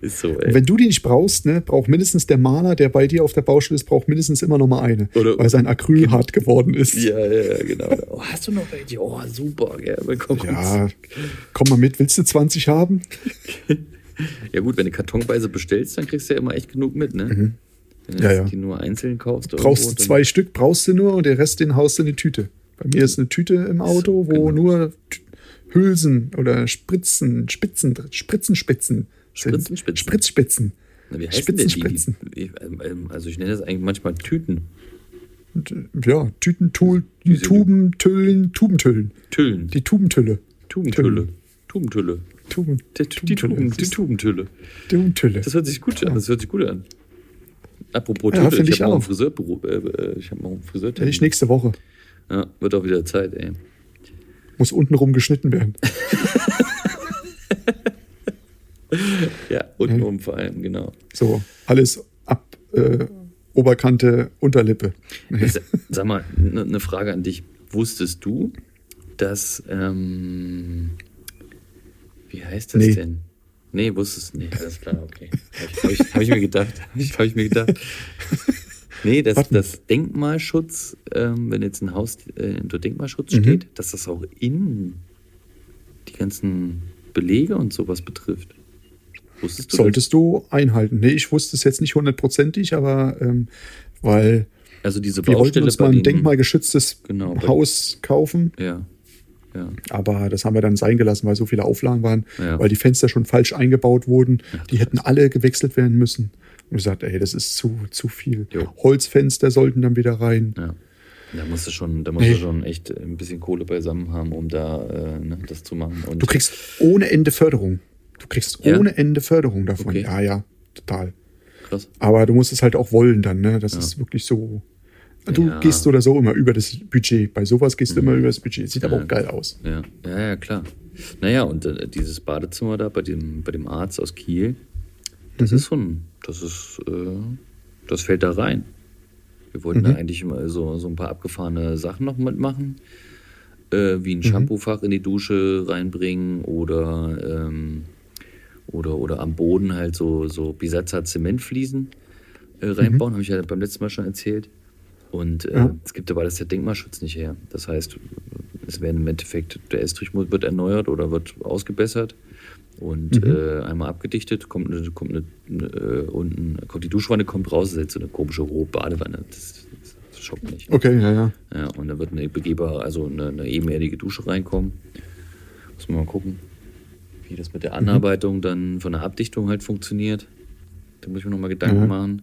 [SPEAKER 1] Ist so,
[SPEAKER 2] Und
[SPEAKER 1] ey.
[SPEAKER 2] wenn du die nicht brauchst, ne, braucht mindestens der Maler, der bei dir auf der Baustelle ist, braucht mindestens immer noch mal eine,
[SPEAKER 1] Oder- Genau.
[SPEAKER 2] weil sein Acryl hart geworden ist.
[SPEAKER 1] Ja, ja, ja, genau. Oh, hast du noch welche? Oh, super, gell? Willkommen.
[SPEAKER 2] Ja, komm mal mit, willst du 20 haben?
[SPEAKER 1] Ja gut, wenn du kartonweise bestellst, dann kriegst du ja immer echt genug mit, ne? Wenn du
[SPEAKER 2] Mhm. Ja,
[SPEAKER 1] jetzt
[SPEAKER 2] ja.
[SPEAKER 1] die nur einzeln kaufst.
[SPEAKER 2] Brauchst du
[SPEAKER 1] irgendwo,
[SPEAKER 2] zwei Stück, brauchst du nur und der Rest den haust du in die Tüte. Bei mir ist eine Tüte im Auto, wo
[SPEAKER 1] genau.
[SPEAKER 2] nur T- Hülsen oder Spritzen, Spitzen, drin- Spritzenspitzen. sind.
[SPEAKER 1] Spritzenspitzen.
[SPEAKER 2] Spritzspitzen.
[SPEAKER 1] Dann, na, wie heißen denn die?
[SPEAKER 2] Spitzenspitzen.
[SPEAKER 1] die ich, ähm, also ich nenne das eigentlich manchmal Tüten.
[SPEAKER 2] Und, äh, Ja, Tüten, Tul,
[SPEAKER 1] Diese-
[SPEAKER 2] Tuben, Tüllen, Tubentüllen.
[SPEAKER 1] Tüllen.
[SPEAKER 2] Die Tubentülle.
[SPEAKER 1] Tubentülle. Tubentülle.
[SPEAKER 2] Tuben,
[SPEAKER 1] Die, die, Tuben, die
[SPEAKER 2] Tubentülle.
[SPEAKER 1] Tubentülle.
[SPEAKER 2] Tubentülle.
[SPEAKER 1] Das hört sich gut an. Das hört sich gut an. Apropos
[SPEAKER 2] Ja,
[SPEAKER 1] Tülle,
[SPEAKER 2] finde
[SPEAKER 1] ich
[SPEAKER 2] ich
[SPEAKER 1] habe auch einen
[SPEAKER 2] auch.
[SPEAKER 1] Friseurberuf. Äh, äh, ich habe auch einen Friseurtermin.
[SPEAKER 2] Ich nächste Woche.
[SPEAKER 1] Ja, wird auch wieder Zeit, ey.
[SPEAKER 2] Muss untenrum geschnitten werden.
[SPEAKER 1] Ja, untenrum vor allem, genau.
[SPEAKER 2] So, alles ab äh, Oberkante, Unterlippe. Nee.
[SPEAKER 1] Sa- Sag mal, eine ne Frage an dich. Wusstest du, dass, ähm, wie heißt das
[SPEAKER 2] Nee.
[SPEAKER 1] denn? Nee, wusstest du nicht. Alles klar, okay. Habe ich, hab ich, hab ich mir gedacht. Habe ich, hab ich mir gedacht. Nee, dass
[SPEAKER 2] Warten.
[SPEAKER 1] das Denkmalschutz, ähm, wenn jetzt ein Haus äh, unter Denkmalschutz
[SPEAKER 2] Mhm.
[SPEAKER 1] steht, dass das auch innen die ganzen Belege und sowas betrifft. Wusstest du
[SPEAKER 2] Solltest du einhalten. Nee, ich wusste es jetzt nicht hundertprozentig, aber ähm, weil
[SPEAKER 1] das? Also diese
[SPEAKER 2] wir wollten
[SPEAKER 1] Baustelle
[SPEAKER 2] uns
[SPEAKER 1] bei
[SPEAKER 2] mal ein
[SPEAKER 1] denen-
[SPEAKER 2] denkmalgeschütztes
[SPEAKER 1] Genau, bei-
[SPEAKER 2] Haus kaufen,
[SPEAKER 1] Ja, ja.
[SPEAKER 2] aber das haben wir dann sein gelassen, weil so viele Auflagen waren,
[SPEAKER 1] Ja.
[SPEAKER 2] weil die Fenster schon falsch eingebaut wurden. die hätten alle gewechselt werden müssen. Und gesagt, ey, das ist zu, zu viel.
[SPEAKER 1] Jo.
[SPEAKER 2] Holzfenster sollten dann wieder rein.
[SPEAKER 1] Ja. Da musst du schon, da musst
[SPEAKER 2] Nee.
[SPEAKER 1] du schon echt ein bisschen Kohle beisammen haben, um da äh, ne, das zu machen. Und
[SPEAKER 2] Du kriegst ohne Ende Förderung. Du kriegst
[SPEAKER 1] Ja?
[SPEAKER 2] ohne Ende Förderung davon.
[SPEAKER 1] Okay.
[SPEAKER 2] Ja, ja, total.
[SPEAKER 1] krass.
[SPEAKER 2] Aber du musst es halt auch wollen dann, ne? Das ist wirklich so. Du
[SPEAKER 1] Ja. Mhm.
[SPEAKER 2] gehst so oder so immer über das Budget. Bei sowas gehst du immer über das Budget. Sieht aber auch geil aus.
[SPEAKER 1] Ja, ja, ja klar. Naja, und äh, dieses Badezimmer da bei dem, bei dem Arzt aus Kiel, das
[SPEAKER 2] Mhm.
[SPEAKER 1] ist schon, das ist, äh, das fällt da rein. Wir wollten da
[SPEAKER 2] Mhm.
[SPEAKER 1] eigentlich immer so, so ein paar abgefahrene Sachen noch mitmachen, äh, wie ein Shampoofach in die Dusche reinbringen oder, ähm, oder, oder am Boden halt so, so Bisatzer Zementfliesen äh, reinbauen, habe ich ja beim letzten Mal schon erzählt. Und äh,
[SPEAKER 2] Ja.
[SPEAKER 1] es gibt aber das der Denkmalschutz nicht her. Das heißt, es werden im Endeffekt, der Estrich mu- wird erneuert oder wird ausgebessert und äh, einmal abgedichtet, kommt eine, kommt eine, eine äh, unten, kommt die Duschwanne kommt raus, ist jetzt so eine komische hohe Badewanne. Das, das schockt mich.
[SPEAKER 2] Okay, ja, ja.
[SPEAKER 1] Ja, und da wird eine begehbare, also eine, eine ebenerdige Dusche reinkommen. Müssen wir mal gucken, wie das mit der
[SPEAKER 2] Mhm.
[SPEAKER 1] Anarbeitung dann von der Abdichtung halt funktioniert. Da muss ich mir nochmal Gedanken
[SPEAKER 2] Mhm.
[SPEAKER 1] machen.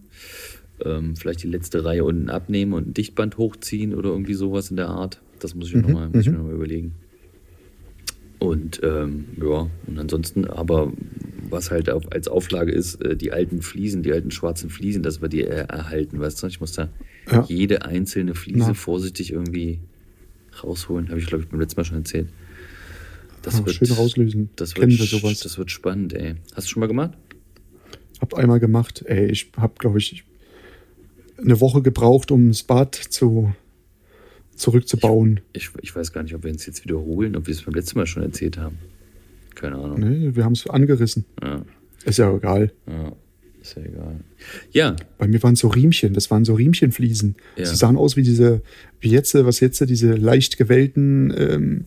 [SPEAKER 1] Ähm, vielleicht die letzte Reihe unten abnehmen und ein Dichtband hochziehen oder irgendwie sowas in der Art. Das muss ich mir
[SPEAKER 2] Mhm,
[SPEAKER 1] nochmal noch
[SPEAKER 2] mhm.
[SPEAKER 1] mal überlegen. Und ähm, ja, und ansonsten, aber was halt auch als Auflage ist, äh, die alten Fliesen, die alten schwarzen Fliesen, dass wir die äh, erhalten, weißt du? Ich muss da
[SPEAKER 2] Ja.
[SPEAKER 1] jede einzelne Fliese
[SPEAKER 2] Na.
[SPEAKER 1] vorsichtig irgendwie rausholen. Habe ich, glaube ich, beim letzten Mal schon erzählt. Das
[SPEAKER 2] Ah,
[SPEAKER 1] wird,
[SPEAKER 2] schön rauslösen.
[SPEAKER 1] Das wird,
[SPEAKER 2] Kennen wir
[SPEAKER 1] sch-
[SPEAKER 2] sowas.
[SPEAKER 1] das wird spannend, ey. Hast du schon mal gemacht?
[SPEAKER 2] Hab einmal gemacht. Ey, ich hab, glaube ich, eine Woche gebraucht, um das Bad zu, zurückzubauen.
[SPEAKER 1] Ich, ich weiß gar nicht, ob wir uns jetzt wiederholen, ob wir es beim letzten Mal schon erzählt haben. Keine Ahnung.
[SPEAKER 2] Nee, Ne, wir haben es angerissen.
[SPEAKER 1] Ja,
[SPEAKER 2] Ist ja egal.
[SPEAKER 1] ja, ist ja egal. Ja,
[SPEAKER 2] Bei mir waren so Riemchen, das waren so Riemchenfliesen.
[SPEAKER 1] Ja.
[SPEAKER 2] Sie sahen aus wie diese, wie jetzt, was jetzt, diese leicht gewellten, ähm,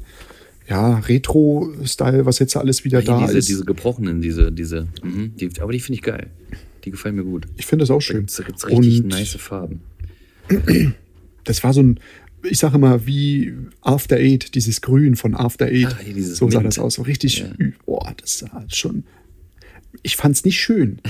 [SPEAKER 2] ja, Retro-Style, was jetzt alles wieder
[SPEAKER 1] hier
[SPEAKER 2] da
[SPEAKER 1] diese,
[SPEAKER 2] ist.
[SPEAKER 1] diese gebrochenen, diese, diese, mhm, die, aber die finde ich geil. Die gefallen mir gut.
[SPEAKER 2] ich finde das auch schön.
[SPEAKER 1] Da gibt es richtig
[SPEAKER 2] Und-
[SPEAKER 1] nice Farben.
[SPEAKER 2] Das war so ein, ich sage mal, wie After Eight, dieses Grün von After Eight.
[SPEAKER 1] Ah, hier dieses
[SPEAKER 2] so sah
[SPEAKER 1] Mint.
[SPEAKER 2] das aus. So richtig,
[SPEAKER 1] Ja.
[SPEAKER 2] ü- boah, das sah halt schon. Ich fand's nicht schön.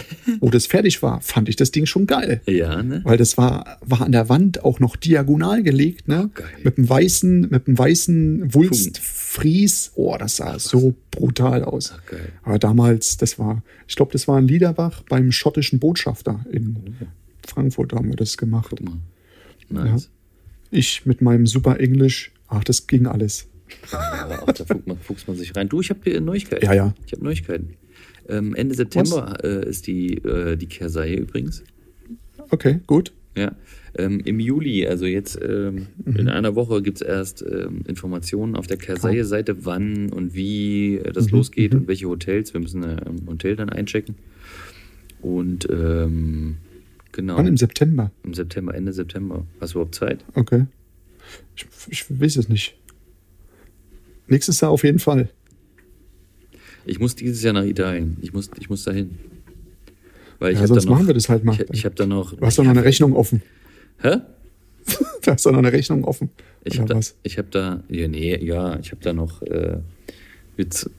[SPEAKER 2] Wo das fertig war, fand ich das Ding schon geil.
[SPEAKER 1] Ja, ne?
[SPEAKER 2] Weil das war, war an der Wand auch noch diagonal gelegt, ne?
[SPEAKER 1] geil.
[SPEAKER 2] mit einem weißen, mit einem weißen Wulst-Fries. Oh, das sah so brutal aus.
[SPEAKER 1] Ach, geil.
[SPEAKER 2] Aber damals, das war, ich glaube, das war in Liederbach beim schottischen Botschafter in Frankfurt haben wir das gemacht.
[SPEAKER 1] Oh, Guck mal. Nice.
[SPEAKER 2] Ich mit meinem super Englisch, ach, das ging alles.
[SPEAKER 1] Aber auch da fuchst man, fuchst man sich rein. Du, ich habe hier Neuigkeiten.
[SPEAKER 2] Ja, ja.
[SPEAKER 1] Ich habe Neuigkeiten. Ähm, Ende September äh, ist die, äh, die Kersei übrigens.
[SPEAKER 2] Okay, gut.
[SPEAKER 1] Ja, ähm, im Juli, also jetzt ähm,
[SPEAKER 2] Mhm.
[SPEAKER 1] in einer Woche gibt's erst ähm, Informationen auf der Kerseie-Seite, wann und wie äh, das
[SPEAKER 2] Mhm.
[SPEAKER 1] losgeht und welche Hotels. Wir müssen äh, ein Hotel dann einchecken. Und ähm, genau,
[SPEAKER 2] Wann im September?
[SPEAKER 1] im September, Ende September. Hast du überhaupt Zeit?
[SPEAKER 2] Okay. Ich, ich weiß es nicht. Nächstes Jahr auf jeden Fall.
[SPEAKER 1] Ich muss dieses Jahr nach Italien. Ich muss, ich muss dahin. Weil ich
[SPEAKER 2] Ja,
[SPEAKER 1] hab
[SPEAKER 2] sonst
[SPEAKER 1] da noch,
[SPEAKER 2] machen wir das halt mal.
[SPEAKER 1] Ich, ich habe da noch.
[SPEAKER 2] Du hast doch noch eine Rechnung offen.
[SPEAKER 1] Hä?
[SPEAKER 2] Du hast doch noch eine Rechnung offen.
[SPEAKER 1] Ich
[SPEAKER 2] Oder
[SPEAKER 1] habe da,
[SPEAKER 2] was?
[SPEAKER 1] ich hab da, ja, nee, ja, ich habe da noch äh, mit z-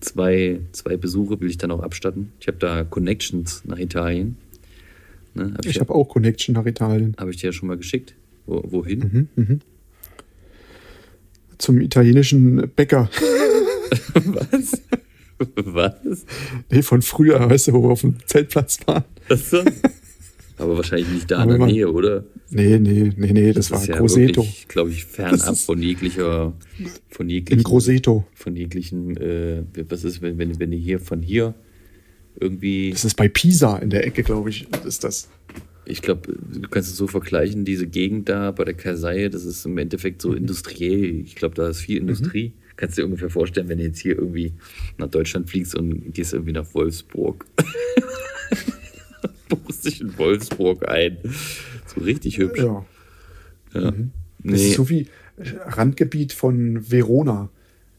[SPEAKER 1] zwei, zwei Besuche will ich dann auch abstatten. Ich habe da Connections nach Italien. Ne, habe ich,
[SPEAKER 2] Ich habe auch Connection nach Italien.
[SPEAKER 1] hab ich dir ja schon mal geschickt. Wo, wohin?
[SPEAKER 2] Mhm, mhm. Zum italienischen Bäcker.
[SPEAKER 1] Was? Was?
[SPEAKER 2] Nee, von früher, weißt du, wo wir auf dem Zeltplatz waren.
[SPEAKER 1] Achso. Aber wahrscheinlich nicht da in
[SPEAKER 2] Aber
[SPEAKER 1] der
[SPEAKER 2] man-
[SPEAKER 1] Nähe, oder?
[SPEAKER 2] Nee, nee, nee, nee, das, war Groseto.
[SPEAKER 1] glaube ich,
[SPEAKER 2] Das
[SPEAKER 1] fernab
[SPEAKER 2] ist-
[SPEAKER 1] von jeglicher, von jeglichen,
[SPEAKER 2] In Groseto.
[SPEAKER 1] von jeglichen, äh, was ist, wenn, wenn, wenn du hier von hier irgendwie
[SPEAKER 2] Das ist bei Pisa in der Ecke, glaube ich, ist das.
[SPEAKER 1] Ich glaube, du kannst es so vergleichen, diese Gegend da bei der Kaseie, das ist im Endeffekt so
[SPEAKER 2] Mhm.
[SPEAKER 1] industriell. Ich glaube, da ist viel Industrie. Kannst dir ungefähr vorstellen, wenn du jetzt hier irgendwie nach Deutschland fliegst und gehst irgendwie nach Wolfsburg. Buchst dich in Wolfsburg ein. So richtig hübsch.
[SPEAKER 2] Ja. Mhm.
[SPEAKER 1] Ja.
[SPEAKER 2] Das ist
[SPEAKER 1] Nee,
[SPEAKER 2] so wie Randgebiet von Verona.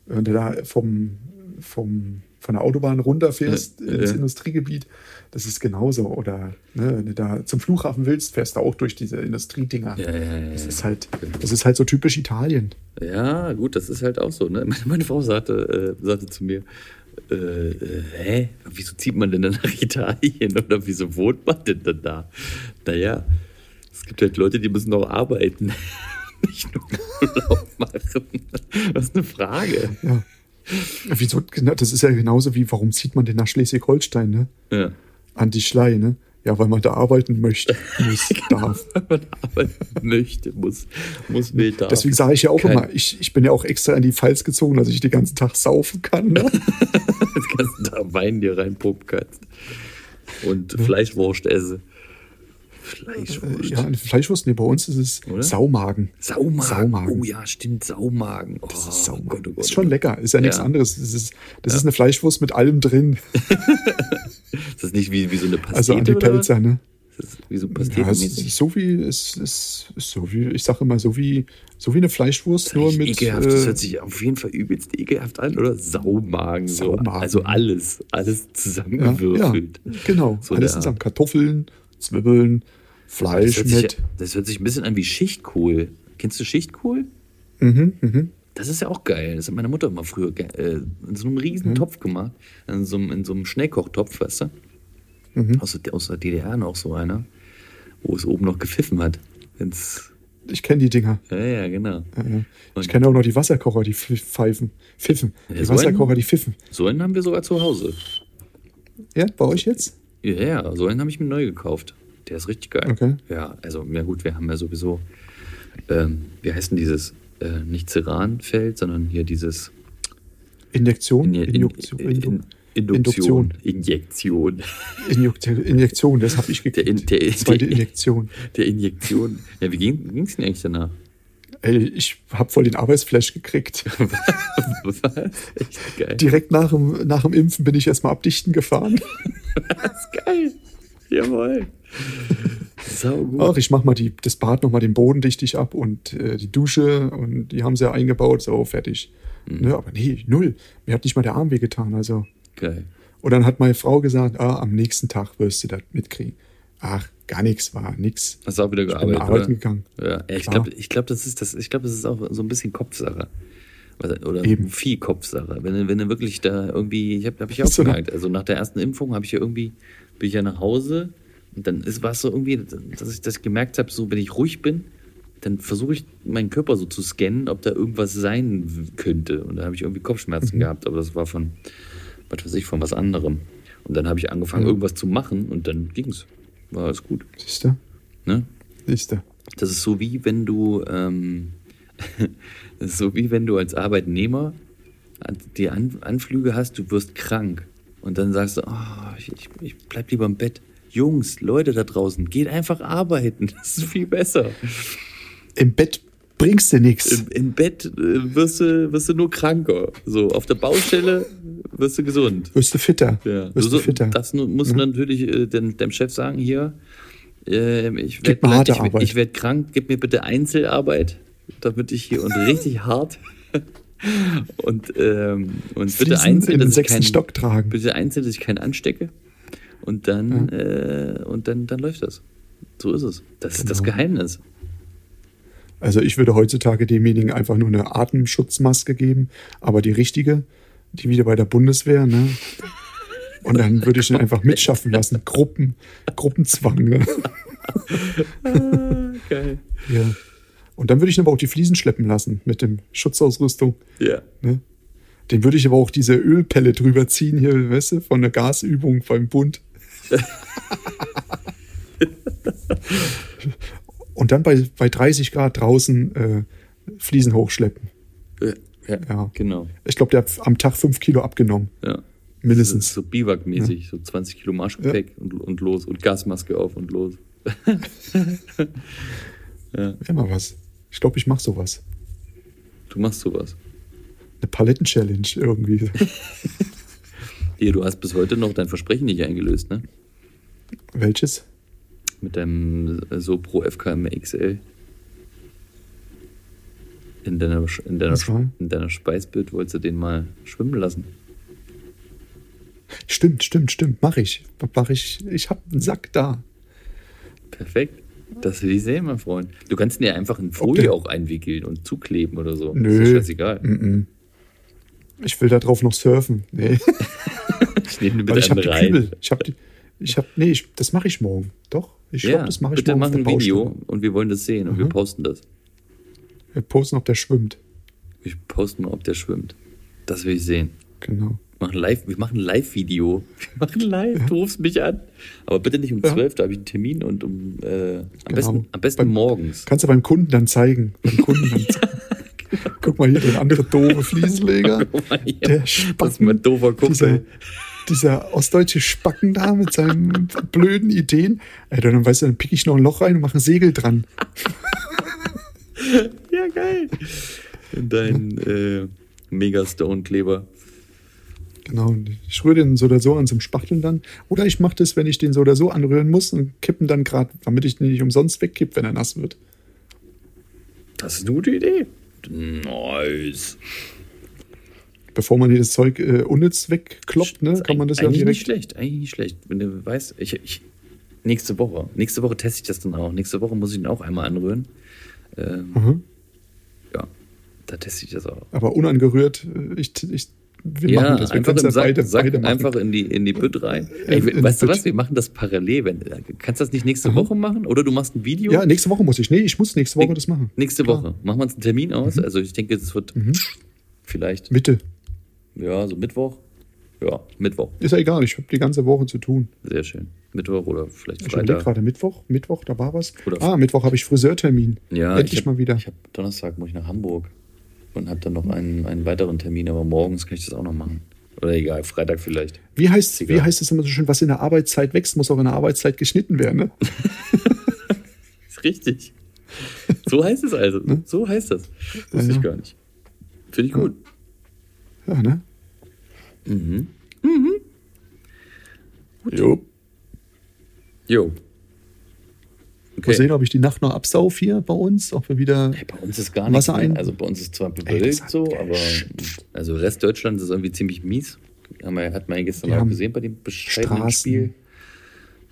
[SPEAKER 2] Wenn du da vom, vom, von der Autobahn runterfährst
[SPEAKER 1] Ja,
[SPEAKER 2] ins
[SPEAKER 1] ja.
[SPEAKER 2] Industriegebiet, das ist genauso. Oder ne, wenn du da zum Flughafen willst, fährst du auch durch diese Industriedinger.
[SPEAKER 1] Ja, ja, ja, Genau.
[SPEAKER 2] Das
[SPEAKER 1] ja.
[SPEAKER 2] ist halt, das ist halt so typisch Italien.
[SPEAKER 1] ja, gut, das ist halt auch so. Ne? Meine, meine Frau sagte, äh, sagte zu mir, äh, äh, hä, wieso zieht man denn dann nach Italien oder wieso wohnt man denn dann da? Naja, es gibt halt Leute, die müssen auch arbeiten, nicht nur Urlaub machen. Was ist eine Frage?
[SPEAKER 2] Ja. Wieso, genau, das ist ja genauso wie, warum zieht man denn nach Schleswig-Holstein, ne?
[SPEAKER 1] Ja,
[SPEAKER 2] An die Schlei, ne? Ja, weil man da arbeiten möchte, muss, darf.
[SPEAKER 1] wenn man arbeiten möchte, muss, muss will da.
[SPEAKER 2] Deswegen sage ich ja auch
[SPEAKER 1] Kein-
[SPEAKER 2] immer, ich, ich bin ja auch extra in die Pfalz gezogen, dass ich den ganzen Tag saufen kann. Ne?
[SPEAKER 1] den ganzen Tag Wein dir reinpumpen kannst. Und Fleischwurst esse. Fleischwurst.
[SPEAKER 2] Äh, ja, eine Fleischwurst, nee, bei uns ist es
[SPEAKER 1] Oder?
[SPEAKER 2] Saumagen.
[SPEAKER 1] Saumagen.
[SPEAKER 2] Saumagen.
[SPEAKER 1] Oh ja, stimmt, Saumagen. Oh, das
[SPEAKER 2] Ist Saumagen. ist schon lecker, ist ja, nichts
[SPEAKER 1] Ja.
[SPEAKER 2] anderes. Das, ist, das ist eine Fleischwurst mit allem drin,
[SPEAKER 1] Ist das nicht wie, wie so eine Pastete?
[SPEAKER 2] also an die
[SPEAKER 1] oder was?
[SPEAKER 2] Pelzer, ne?
[SPEAKER 1] Ist das wie so ein
[SPEAKER 2] Ja, es ist
[SPEAKER 1] Pastetenmäßig?
[SPEAKER 2] so wie, es ist, ist so wie, ich sage immer, so wie, so wie eine Fleischwurst, nur
[SPEAKER 1] Richtig
[SPEAKER 2] mit.
[SPEAKER 1] ekelhaft. Das
[SPEAKER 2] äh,
[SPEAKER 1] hört sich auf jeden Fall übelst ekelhaft an, oder? Saumagen. So.
[SPEAKER 2] Saumagen.
[SPEAKER 1] Also alles, alles
[SPEAKER 2] ja, ja,
[SPEAKER 1] zusammengewürfelt.
[SPEAKER 2] genau.
[SPEAKER 1] So
[SPEAKER 2] Alles
[SPEAKER 1] der-
[SPEAKER 2] zusammen. Kartoffeln, Zwiebeln,
[SPEAKER 1] Das
[SPEAKER 2] Fleisch
[SPEAKER 1] hört, sich,
[SPEAKER 2] mit.
[SPEAKER 1] das hört sich ein bisschen an wie Schichtkohl. Kennst du Schichtkohl?
[SPEAKER 2] Mhm, mhm.
[SPEAKER 1] Das ist ja auch geil. Das hat meine Mutter immer früher ge- äh, in so einem
[SPEAKER 2] Mhm.
[SPEAKER 1] riesen Topf gemacht. In so, einem- in so einem Schnellkochtopf, weißt du?
[SPEAKER 2] Mhm.
[SPEAKER 1] Aus, der- aus der DDR noch so einer, wo es oben noch gepfiffen hat. Wenn's,
[SPEAKER 2] Ich kenne die Dinger.
[SPEAKER 1] ja, ja, genau.
[SPEAKER 2] Ja, ja.
[SPEAKER 1] Und-
[SPEAKER 2] Ich kenne auch noch die Wasserkocher, die pf- pfeifen. Pfiffen.
[SPEAKER 1] Ja,
[SPEAKER 2] die
[SPEAKER 1] so einen-
[SPEAKER 2] Wasserkocher, die pfiffen.
[SPEAKER 1] So einen haben wir sogar zu Hause.
[SPEAKER 2] Ja, bei euch jetzt?
[SPEAKER 1] Ja, ja, so einen habe ich mir neu gekauft. Der ist richtig geil.
[SPEAKER 2] Okay.
[SPEAKER 1] Ja, also, ja gut, wir haben ja sowieso, ähm, wie heißt denn dieses, äh, nicht Ceranfeld, sondern hier dieses
[SPEAKER 2] Injektion?
[SPEAKER 1] Inje-
[SPEAKER 2] Injektion.
[SPEAKER 1] in, in,
[SPEAKER 2] Injektion.
[SPEAKER 1] Induktion. Injektion.
[SPEAKER 2] Injektion. Injektion, das habe ich
[SPEAKER 1] Der, in,
[SPEAKER 2] gekriegt.
[SPEAKER 1] der,
[SPEAKER 2] Zweite
[SPEAKER 1] der,
[SPEAKER 2] Injektion.
[SPEAKER 1] der Injektion. Ja, wie ging es denn eigentlich danach?
[SPEAKER 2] Ey, ich habe voll den Arbeitsflash gekriegt.
[SPEAKER 1] Was? Echt geil.
[SPEAKER 2] Direkt nach dem, nach dem Impfen bin ich erstmal abdichten gefahren.
[SPEAKER 1] Das ist geil. Jawohl. Sau gut.
[SPEAKER 2] Ach, ich mach mal die, das Bad nochmal den Boden dichtig ab und äh, die Dusche und die haben sie ja eingebaut, so fertig.
[SPEAKER 1] Mhm.
[SPEAKER 2] Ne, aber nee, null. Mir hat nicht mal der Arm wehgetan, also.
[SPEAKER 1] Geil.
[SPEAKER 2] Und dann hat meine Frau gesagt, ah, am nächsten Tag wirst du das mitkriegen. Ach, gar nichts war, nix.
[SPEAKER 1] Hast du auch wieder
[SPEAKER 2] bin
[SPEAKER 1] gearbeitet?
[SPEAKER 2] arbeiten
[SPEAKER 1] oder?
[SPEAKER 2] gegangen.
[SPEAKER 1] Ja, ja, ich
[SPEAKER 2] Klar.
[SPEAKER 1] glaube, ich glaub, das, ist, das, ich glaub, das ist auch so ein bisschen Kopfsache. Oder- Oder
[SPEAKER 2] Eben.
[SPEAKER 1] viel Kopfsache. Wenn, du- wenn du wirklich da irgendwie, ich habe hab ich auch
[SPEAKER 2] So.
[SPEAKER 1] gemerkt, also nach der ersten Impfung habe ich ja irgendwie, bin ich ja nach Hause und dann ist- war es so irgendwie, dass ich das gemerkt habe, so wenn ich ruhig bin, dann versuche ich meinen Körper so zu scannen, ob da irgendwas sein w- könnte. Und da habe ich irgendwie Kopfschmerzen
[SPEAKER 2] Mhm.
[SPEAKER 1] gehabt, aber das war von, was weiß ich, von was anderem. Und dann habe ich angefangen,
[SPEAKER 2] Mhm.
[SPEAKER 1] irgendwas zu machen und dann ging's. War alles gut.
[SPEAKER 2] Siehst du?
[SPEAKER 1] Ne?
[SPEAKER 2] Siehst du?
[SPEAKER 1] Das ist so wie wenn du, ähm, das ist so wie wenn du als Arbeitnehmer an- die an Anflüge hast, du wirst krank und dann sagst du, oh, ich, ich, ich bleib lieber im Bett. Jungs, Leute da draußen, geht einfach arbeiten. Das ist viel besser.
[SPEAKER 2] Im Bett bringst du nichts.
[SPEAKER 1] Im, im Bett äh, wirst du, wirst du nur kranker. So, auf der Baustelle wirst du gesund.
[SPEAKER 2] Wirst du fitter.
[SPEAKER 1] Ja,
[SPEAKER 2] Wirst
[SPEAKER 1] so,
[SPEAKER 2] du fitter. Mhm.
[SPEAKER 1] das nu- muss man natürlich äh, dem, dem Chef sagen, hier, ähm, ich
[SPEAKER 2] Gib mir
[SPEAKER 1] werde
[SPEAKER 2] harte
[SPEAKER 1] ich, werd- ich
[SPEAKER 2] Arbeit.
[SPEAKER 1] werd krank, gib mir bitte Einzelarbeit, damit ich hier und richtig hart und, ähm, und bitte
[SPEAKER 2] Fliesen
[SPEAKER 1] einzeln,
[SPEAKER 2] in den
[SPEAKER 1] dass ich
[SPEAKER 2] sechsten
[SPEAKER 1] keinen,
[SPEAKER 2] Stock tragen.
[SPEAKER 1] bitte einzeln, dass ich keinen anstecke und
[SPEAKER 2] Mhm.
[SPEAKER 1] dann, äh, und dann, dann läuft das. So ist es. Das ist das
[SPEAKER 2] Genau.
[SPEAKER 1] Geheimnis.
[SPEAKER 2] Also ich würde heutzutage demjenigen einfach nur eine Atemschutzmaske geben, aber die richtige, die wieder bei der Bundeswehr, ne? Und dann würde ich ihn einfach mitschaffen lassen. Gruppen, Gruppenzwang, ne?
[SPEAKER 1] Ah, geil.
[SPEAKER 2] Ja. Und dann würde ich ihn aber auch die Fliesen schleppen lassen mit dem Schutzausrüstung.
[SPEAKER 1] Ja.
[SPEAKER 2] Ne? Den würde ich aber auch diese Ölpelle drüber ziehen hier, weißt du, von der Gasübung beim Bund. Und dann bei, bei 30 Grad draußen äh, Fliesen hochschleppen.
[SPEAKER 1] Ja, ja,
[SPEAKER 2] Ja.
[SPEAKER 1] genau.
[SPEAKER 2] Ich glaube, der hat am Tag 5 Kilo abgenommen.
[SPEAKER 1] Ja. Das ist
[SPEAKER 2] Mindestens.
[SPEAKER 1] so Biwak-mäßig, so 20 Kilo Marschgepäck und, und los und Gasmaske auf und los.
[SPEAKER 2] Wäre mal was. Ich glaube, ich mache sowas.
[SPEAKER 1] Du machst sowas.
[SPEAKER 2] Eine Paletten-Challenge irgendwie.
[SPEAKER 1] Ehe, du hast bis heute noch dein Versprechen nicht eingelöst, ne?
[SPEAKER 2] Welches?
[SPEAKER 1] Mit deinem äh, so pro FKM XL. In deiner, Sch- in, deiner,
[SPEAKER 2] Was war?
[SPEAKER 1] Sch- in deiner Speisbild wolltest du den mal schwimmen lassen.
[SPEAKER 2] Stimmt, stimmt, stimmt. Mache ich. Mache ich. Ich habe einen Sack da.
[SPEAKER 1] Perfekt. Das will ich sehen, mein Freund. Du kannst ihn ja einfach in Folie
[SPEAKER 2] der-
[SPEAKER 1] auch einwickeln und zukleben oder so.
[SPEAKER 2] Nö. Hm.
[SPEAKER 1] Ist doch scheißegal.
[SPEAKER 2] Mm-mm. Ich will da drauf noch surfen. Nee.
[SPEAKER 1] Ich nehme ihn
[SPEAKER 2] Weil
[SPEAKER 1] mit einem
[SPEAKER 2] ich habe die
[SPEAKER 1] rein.
[SPEAKER 2] Kübel. Ich habe die. Ich habe. Nee, ich, das mache ich morgen. Doch. Ich glaube, das mache ich
[SPEAKER 1] bitte
[SPEAKER 2] morgen.
[SPEAKER 1] mach
[SPEAKER 2] auf der
[SPEAKER 1] ein Video
[SPEAKER 2] Baustelle. Mhm.
[SPEAKER 1] und wir wollen das sehen und wir posten das.
[SPEAKER 2] Wir posten, ob der schwimmt.
[SPEAKER 1] Wir posten mal, ob der schwimmt. Das will ich sehen.
[SPEAKER 2] Genau.
[SPEAKER 1] Wir machen live, wir machen ein Live-Video. Wir machen live, du rufst mich an. Aber bitte nicht um
[SPEAKER 2] Ja. Genau.
[SPEAKER 1] 12, da habe ich einen Termin und um äh, am, besten, am besten
[SPEAKER 2] Beim-
[SPEAKER 1] morgens.
[SPEAKER 2] Kannst du beim Kunden dann zeigen. Beim Kunden dann Guck mal hier, der andere doofe Fliesenleger. Der
[SPEAKER 1] Oh Das ist mein
[SPEAKER 2] Spacken.
[SPEAKER 1] doofer
[SPEAKER 2] Dieser,
[SPEAKER 1] Kumpel.
[SPEAKER 2] dieser ostdeutsche Spacken da mit seinen blöden Ideen. Ey, dann weißt du, dann pick ich noch ein Loch rein und mache ein Segel dran.
[SPEAKER 1] Ja, geil. In deinen äh, Megastone-Kleber.
[SPEAKER 2] Genau, und ich rühre den so oder so an zum Spachteln dann. Oder ich mache das, wenn ich den so oder so anrühren muss und kippen dann gerade, damit ich den nicht umsonst wegkipp, wenn er nass wird.
[SPEAKER 1] Das ist eine gute Idee. Nice.
[SPEAKER 2] Bevor man dieses Zeug äh, unnütz wegkloppt, ne,
[SPEAKER 1] Ist
[SPEAKER 2] kann man das ja
[SPEAKER 1] eigentlich nicht
[SPEAKER 2] direkt.
[SPEAKER 1] schlecht, eigentlich nicht schlecht. Wenn du weißt, ich, ich, nächste Woche, nächste Woche teste ich das dann auch. Nächste Woche muss ich ihn auch einmal anrühren. Ähm,
[SPEAKER 2] Mhm.
[SPEAKER 1] Ja, Da teste ich das auch.
[SPEAKER 2] Aber unangerührt, äh, ich, ich, wir machen das. Wir
[SPEAKER 1] einfach
[SPEAKER 2] können es
[SPEAKER 1] im
[SPEAKER 2] ja
[SPEAKER 1] Sack,
[SPEAKER 2] beide,
[SPEAKER 1] Sack
[SPEAKER 2] beide machen.
[SPEAKER 1] einfach in die, in die Bütt rein.
[SPEAKER 2] Äh,
[SPEAKER 1] Ey,
[SPEAKER 2] in
[SPEAKER 1] weißt du
[SPEAKER 2] Bütt. Mhm.
[SPEAKER 1] was? Wir machen das parallel. Wenn, äh, kannst du das nicht nächste Woche machen? Oder du machst ein Video?
[SPEAKER 2] Ja, nächste Woche muss ich. Nee, ich muss nächste Woche das machen.
[SPEAKER 1] nächste
[SPEAKER 2] klar. Mhm.
[SPEAKER 1] Woche. Machen wir uns einen Termin aus. Also ich denke, das wird vielleicht,
[SPEAKER 2] Mitte.
[SPEAKER 1] ja, so Mittwoch. Ja, Mittwoch.
[SPEAKER 2] Ist ja egal, ich habe die ganze Woche zu tun.
[SPEAKER 1] Sehr schön. Mittwoch oder vielleicht
[SPEAKER 2] Ich überlege
[SPEAKER 1] Freitag.
[SPEAKER 2] gerade Mittwoch, Mittwoch, da war was.
[SPEAKER 1] Oder-
[SPEAKER 2] ah, Mittwoch habe ich Friseurtermin.
[SPEAKER 1] Ja,
[SPEAKER 2] Endlich
[SPEAKER 1] ich hab-
[SPEAKER 2] mal wieder.
[SPEAKER 1] Ich habe Donnerstag muss ich nach Hamburg und habe dann noch einen, einen weiteren Termin, aber morgens kann ich das auch noch machen. Oder egal, Freitag vielleicht.
[SPEAKER 2] Wie heißt, wie
[SPEAKER 1] Egal.
[SPEAKER 2] heißt es immer so schön, was in der Arbeitszeit wächst, muss auch in der Arbeitszeit geschnitten werden. Ne?
[SPEAKER 1] Ist richtig. So heißt es also.
[SPEAKER 2] Ne?
[SPEAKER 1] So heißt das. Wusste
[SPEAKER 2] Ja, ja.
[SPEAKER 1] ich gar nicht. Finde ich gut.
[SPEAKER 2] Ja, ne?
[SPEAKER 1] Mhm.
[SPEAKER 2] Mhm.
[SPEAKER 1] Jo. Jo.
[SPEAKER 2] Mal
[SPEAKER 1] Okay.
[SPEAKER 2] sehen, ob ich die Nacht noch absauf hier bei uns, ob wir wieder.
[SPEAKER 1] Hey, bei uns ist gar nichts.
[SPEAKER 2] Wasser ein-
[SPEAKER 1] Ne? Also bei uns ist zwar
[SPEAKER 2] das
[SPEAKER 1] bewölkt
[SPEAKER 2] hat
[SPEAKER 1] so, aber
[SPEAKER 2] geschüttet.
[SPEAKER 1] also Rest Deutschlands ist irgendwie ziemlich mies. Haben wir, hat man ja gestern
[SPEAKER 2] Wir
[SPEAKER 1] auch
[SPEAKER 2] haben
[SPEAKER 1] gesehen bei dem bescheidenen
[SPEAKER 2] Straßen.
[SPEAKER 1] Spiel.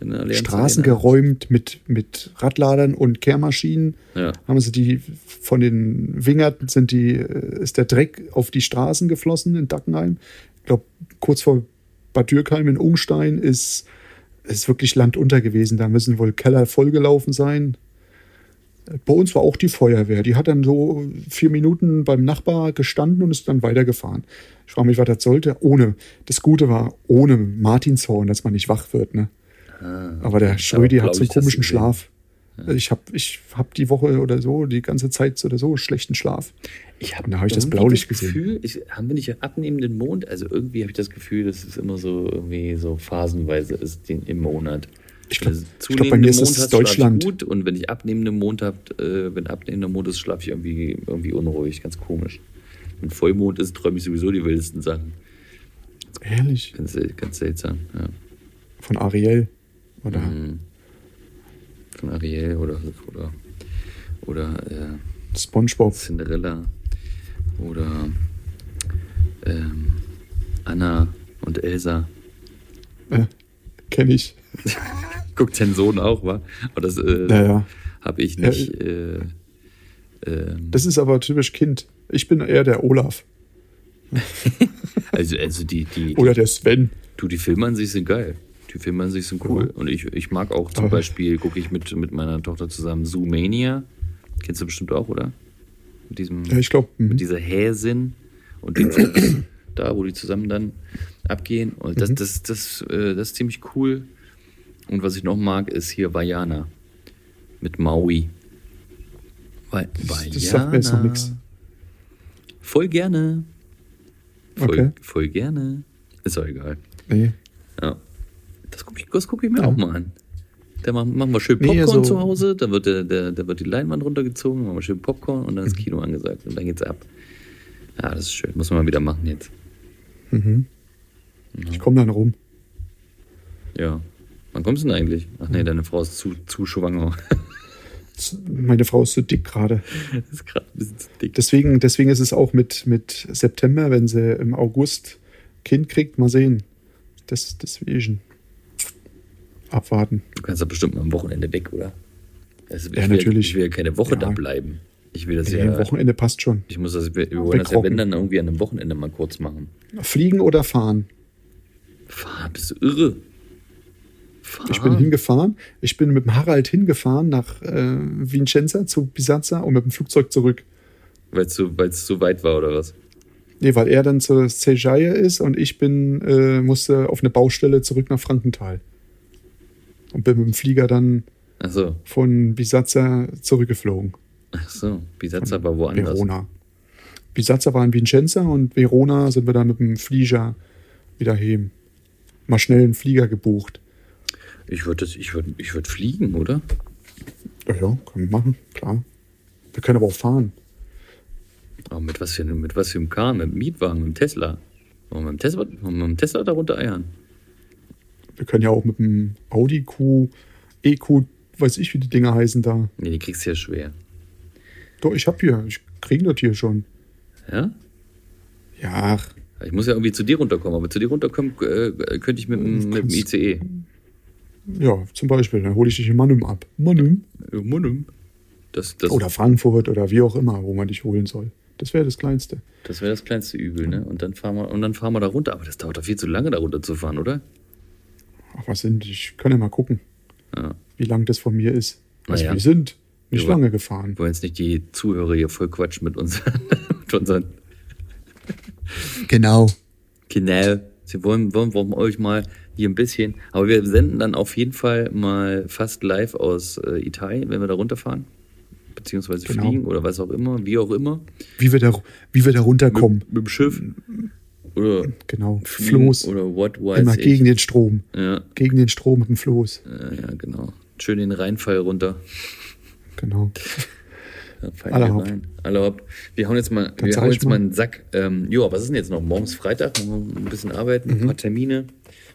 [SPEAKER 1] In der Allianz
[SPEAKER 2] Straßen
[SPEAKER 1] Arena.
[SPEAKER 2] geräumt mit, mit Radladern und Kehrmaschinen.
[SPEAKER 1] Ja.
[SPEAKER 2] Haben sie die von den Wingerten sind die, äh, ist der Dreck auf die Straßen geflossen in Dackenheim. Ich glaube, kurz vor Bad Dürkheim in Ungstein ist, ist wirklich Land unter gewesen. Da müssen wohl Keller vollgelaufen sein. Bei uns war auch die Feuerwehr. Die hat dann so vier Minuten beim Nachbar gestanden und ist dann weitergefahren. Ich frage mich, was das sollte. Ohne, das Gute war, ohne Martinshorn, dass man nicht wach wird. Ne? Aber der Schrödi
[SPEAKER 1] Ah. glaub
[SPEAKER 2] hat so einen
[SPEAKER 1] ich, dass
[SPEAKER 2] komischen
[SPEAKER 1] sie sehen.
[SPEAKER 2] Schlaf. Also Ich habe ich hab die Woche oder so, die ganze Zeit oder so schlechten Schlaf.
[SPEAKER 1] Ich hab
[SPEAKER 2] Und da habe ich das
[SPEAKER 1] irgendwie
[SPEAKER 2] Blaulicht gesehen.
[SPEAKER 1] Gefühl, ich, haben wir nicht abnehmenden Mond? Also irgendwie habe ich das Gefühl, dass es immer so irgendwie so phasenweise ist den, im Monat.
[SPEAKER 2] Ich glaub-
[SPEAKER 1] Wenn du
[SPEAKER 2] ich glaub, bei mir
[SPEAKER 1] zunehmenden
[SPEAKER 2] ist das
[SPEAKER 1] Mond hast,
[SPEAKER 2] Deutschland.
[SPEAKER 1] schlaf ich Gut, und wenn ich abnehmenden Mond habe, äh, wenn abnehmender Mond ist, schlafe ich irgendwie, irgendwie unruhig, ganz komisch. Wenn Vollmond ist, träume ich sowieso die wildesten Sachen.
[SPEAKER 2] Ehrlich.
[SPEAKER 1] Ganz, sel- ganz seltsam. Ja.
[SPEAKER 2] Von Ariel. Oder
[SPEAKER 1] Mhm. Von Ariel oder oder oder äh,
[SPEAKER 2] Spongebob.
[SPEAKER 1] Cinderella oder ähm, Anna und Elsa.
[SPEAKER 2] Äh, Kenne ich.
[SPEAKER 1] Guckt dein Sohn auch, wa? Aber das äh,
[SPEAKER 2] Ja, ja.
[SPEAKER 1] habe ich nicht. Äh, ähm,
[SPEAKER 2] Das ist aber typisch Kind. Ich bin eher der Olaf.
[SPEAKER 1] also also die, die,
[SPEAKER 2] Oder der Sven.
[SPEAKER 1] du, die Filme an sich sind geil. Die Filme an sich sind cool. Und ich, ich mag auch zum
[SPEAKER 2] Aber-
[SPEAKER 1] Beispiel, gucke ich mit, mit meiner Tochter zusammen Zoomania. Kennst du bestimmt auch, oder? Mit diesem.
[SPEAKER 2] Ja, ich glaube,
[SPEAKER 1] mit dieser Häsin und den Fuchs da, wo die zusammen dann abgehen. Und
[SPEAKER 2] Mhm.
[SPEAKER 1] das, das, das, äh, das ist ziemlich cool. Und was ich noch mag, ist hier Vajana mit Maui. Va-
[SPEAKER 2] Das- das sagt mir jetzt noch
[SPEAKER 1] Vajana.
[SPEAKER 2] nix.
[SPEAKER 1] Voll gerne. Voll,
[SPEAKER 2] Okay.
[SPEAKER 1] voll gerne. Ist auch egal.
[SPEAKER 2] nee.
[SPEAKER 1] Ja. Das gucke ich, das guck ich mir
[SPEAKER 2] Ja.
[SPEAKER 1] auch mal an. Da machen, machen wir schön
[SPEAKER 2] Nee,
[SPEAKER 1] Popcorn
[SPEAKER 2] also-
[SPEAKER 1] zu Hause, da wird, der, der, da wird die Leinwand runtergezogen, machen wir schön Popcorn und dann ist Kino angesagt und dann geht's ab. Ja, das ist schön. Muss man mal wieder machen jetzt.
[SPEAKER 2] Ich komme dann rum.
[SPEAKER 1] Ja. Wann kommst du denn eigentlich? Ach nee, deine Frau ist zu, zu schwanger.
[SPEAKER 2] Z- Meine Frau ist so dick gerade.
[SPEAKER 1] Das ist gerade ein bisschen zu dick.
[SPEAKER 2] Deswegen, deswegen ist es auch mit, mit September, wenn sie im August Kind kriegt, mal sehen. Das, deswegen. Abwarten.
[SPEAKER 1] Du kannst doch bestimmt mal am Wochenende weg, oder? Also, ich
[SPEAKER 2] Ja,
[SPEAKER 1] will,
[SPEAKER 2] natürlich.
[SPEAKER 1] Ich will ja keine Woche
[SPEAKER 2] Ja.
[SPEAKER 1] da bleiben. Ich will das
[SPEAKER 2] Ja,
[SPEAKER 1] ja.
[SPEAKER 2] Wochenende passt schon.
[SPEAKER 1] Ich muss das, wir wollen das ja,
[SPEAKER 2] Weghocken.
[SPEAKER 1] wenn dann irgendwie an einem Wochenende mal kurz machen.
[SPEAKER 2] Fliegen oder fahren?
[SPEAKER 1] Fahr, bist du irre? Fahr.
[SPEAKER 2] Ich bin hingefahren. Ich bin mit dem Harald hingefahren nach äh, Vincenza zu Pisanza und mit dem Flugzeug zurück.
[SPEAKER 1] Weil es zu, weil's zu weit war, oder was?
[SPEAKER 2] Nee, weil er dann zur Sejaille ist und ich bin, äh, musste auf eine Baustelle zurück nach Frankenthal. Und bin mit dem Flieger dann
[SPEAKER 1] Achso,
[SPEAKER 2] von Bisazza zurückgeflogen.
[SPEAKER 1] achso. Bizazza war woanders.
[SPEAKER 2] Verona. Bisazza war in Vincenza und Verona sind wir dann mit dem Flieger wieder heim. Mal schnell einen Flieger gebucht.
[SPEAKER 1] Ich würde ich würd, ich würd fliegen, oder?
[SPEAKER 2] Ja, ja, können wir machen, klar. Wir können aber auch fahren.
[SPEAKER 1] Aber Oh, mit was für, einem- mit was für einem Car? Mit dem Mietwagen, mit dem Tesla. Wollen wir mit dem Tesla, wollen wir mit dem Tesla darunter eiern?
[SPEAKER 2] Wir können ja auch mit dem Audi Q, EQ, weiß ich, wie die Dinger heißen da.
[SPEAKER 1] Nee, die kriegst du ja schwer.
[SPEAKER 2] Doch, ich hab hier, ich krieg das hier schon.
[SPEAKER 1] Ja?
[SPEAKER 2] Ja, ach,
[SPEAKER 1] Ich muss ja irgendwie zu dir runterkommen, aber zu dir runterkommen äh, könnte ich mit, dem- mit dem E.
[SPEAKER 2] Kannst-
[SPEAKER 1] ICE.
[SPEAKER 2] ja, zum Beispiel, dann hole ich dich in Mannheim ab. Mannheim?
[SPEAKER 1] Äh, Mannheim. Das, das,
[SPEAKER 2] Oder Frankfurt oder wie auch immer, wo man dich holen soll. Das wäre das Kleinste.
[SPEAKER 1] Das wäre das kleinste Übel, ne? Und dann fahren wir, und dann fahren wir da runter. Aber das dauert doch viel zu lange, da runter zu fahren, oder?
[SPEAKER 2] Ach, was sind, ich kann ja mal gucken,
[SPEAKER 1] Ja.
[SPEAKER 2] wie lang das von mir ist. Also
[SPEAKER 1] Naja.
[SPEAKER 2] wir sind nicht
[SPEAKER 1] Ja.
[SPEAKER 2] lange gefahren.
[SPEAKER 1] Wollen jetzt nicht die Zuhörer hier voll quatschen mit unseren, mit unseren
[SPEAKER 2] Genau.
[SPEAKER 1] Genau. Sie wollen, wollen, wollen euch mal hier ein bisschen. Aber wir senden dann auf jeden Fall mal fast live aus äh, Italien, wenn wir da runterfahren. Beziehungsweise
[SPEAKER 2] Genau.
[SPEAKER 1] fliegen oder was auch immer, wie auch immer.
[SPEAKER 2] Wie wir da, wie wir da runterkommen.
[SPEAKER 1] Mit dem Schiff. Oder
[SPEAKER 2] genau.
[SPEAKER 1] fliegen
[SPEAKER 2] Floß.
[SPEAKER 1] Oder what weiß
[SPEAKER 2] Immer
[SPEAKER 1] ich.
[SPEAKER 2] gegen den Strom.
[SPEAKER 1] ja,
[SPEAKER 2] Gegen den Strom mit dem Floß.
[SPEAKER 1] äh, ja, genau. Schön den Rheinfall runter.
[SPEAKER 2] Genau.
[SPEAKER 1] Ja, fallen
[SPEAKER 2] Alle
[SPEAKER 1] wir
[SPEAKER 2] hopp.
[SPEAKER 1] rein. Alle hopp. Wir hauen jetzt mal, wir
[SPEAKER 2] sag
[SPEAKER 1] hauen
[SPEAKER 2] ich
[SPEAKER 1] jetzt mal
[SPEAKER 2] mal.
[SPEAKER 1] einen Sack. Ähm, Joa, was ist denn jetzt noch? Morgens Freitag, machen wir ein bisschen arbeiten, ein paar Termine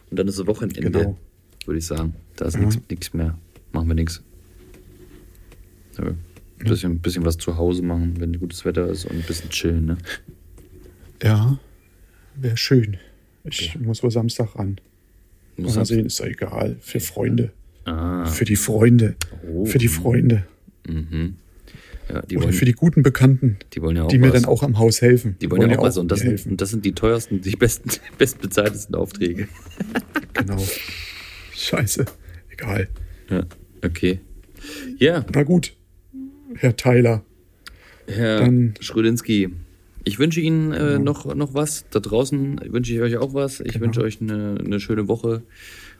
[SPEAKER 1] und dann ist das Wochenende,
[SPEAKER 2] Mhm. Genau. Mhm.
[SPEAKER 1] würde ich sagen. Da ist nichts nichts mehr. Machen wir nichts. Nö. Ein bisschen, bisschen was zu Hause machen, wenn gutes Wetter ist und ein bisschen chillen, ne?
[SPEAKER 2] Ja, wäre schön. Ich muss wohl Samstag ran.
[SPEAKER 1] Muss
[SPEAKER 2] Mal
[SPEAKER 1] man-
[SPEAKER 2] sehen, ist doch egal. Für Freunde.
[SPEAKER 1] Ah,
[SPEAKER 2] Für die Freunde.
[SPEAKER 1] Oh.
[SPEAKER 2] Für die Freunde.
[SPEAKER 1] mhm. Ja, die
[SPEAKER 2] Oder
[SPEAKER 1] wollen,
[SPEAKER 2] Oh, für die guten Bekannten,
[SPEAKER 1] die wollen ja auch
[SPEAKER 2] die mir
[SPEAKER 1] was.
[SPEAKER 2] dann auch am Haus helfen.
[SPEAKER 1] die wollen ja auch was und das,
[SPEAKER 2] mir
[SPEAKER 1] sind, und das sind die teuersten, die besten, bestbezahltesten Aufträge.
[SPEAKER 2] Genau. Scheiße. Egal.
[SPEAKER 1] Ja, okay. Ja,
[SPEAKER 2] Na gut, Herr Tyler.
[SPEAKER 1] Herr
[SPEAKER 2] Dann- Genau.
[SPEAKER 1] Schrödinski, ich wünsche Ihnen äh, noch, noch was. Da draußen wünsche ich euch auch was. Ich wünsche euch eine, eine schöne Woche.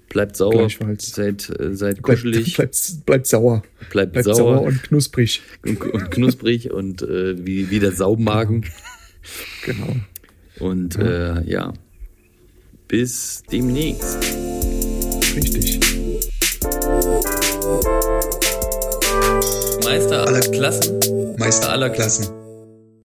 [SPEAKER 1] Bleibt sauer,
[SPEAKER 2] Gleichfalls.
[SPEAKER 1] seid, äh, seid
[SPEAKER 2] Bleibt,
[SPEAKER 1] kuschelig, bleibt,
[SPEAKER 2] bleibt, bleibt sauer. Bleibt sauer.
[SPEAKER 1] sauer,
[SPEAKER 2] und knusprig.
[SPEAKER 1] und, und knusprig und äh, wie, wie der Saumagen.
[SPEAKER 2] Genau.
[SPEAKER 1] Und äh, ja, bis demnächst.
[SPEAKER 2] Richtig.
[SPEAKER 1] Meister aller Klassen.
[SPEAKER 3] Meister aller Klassen.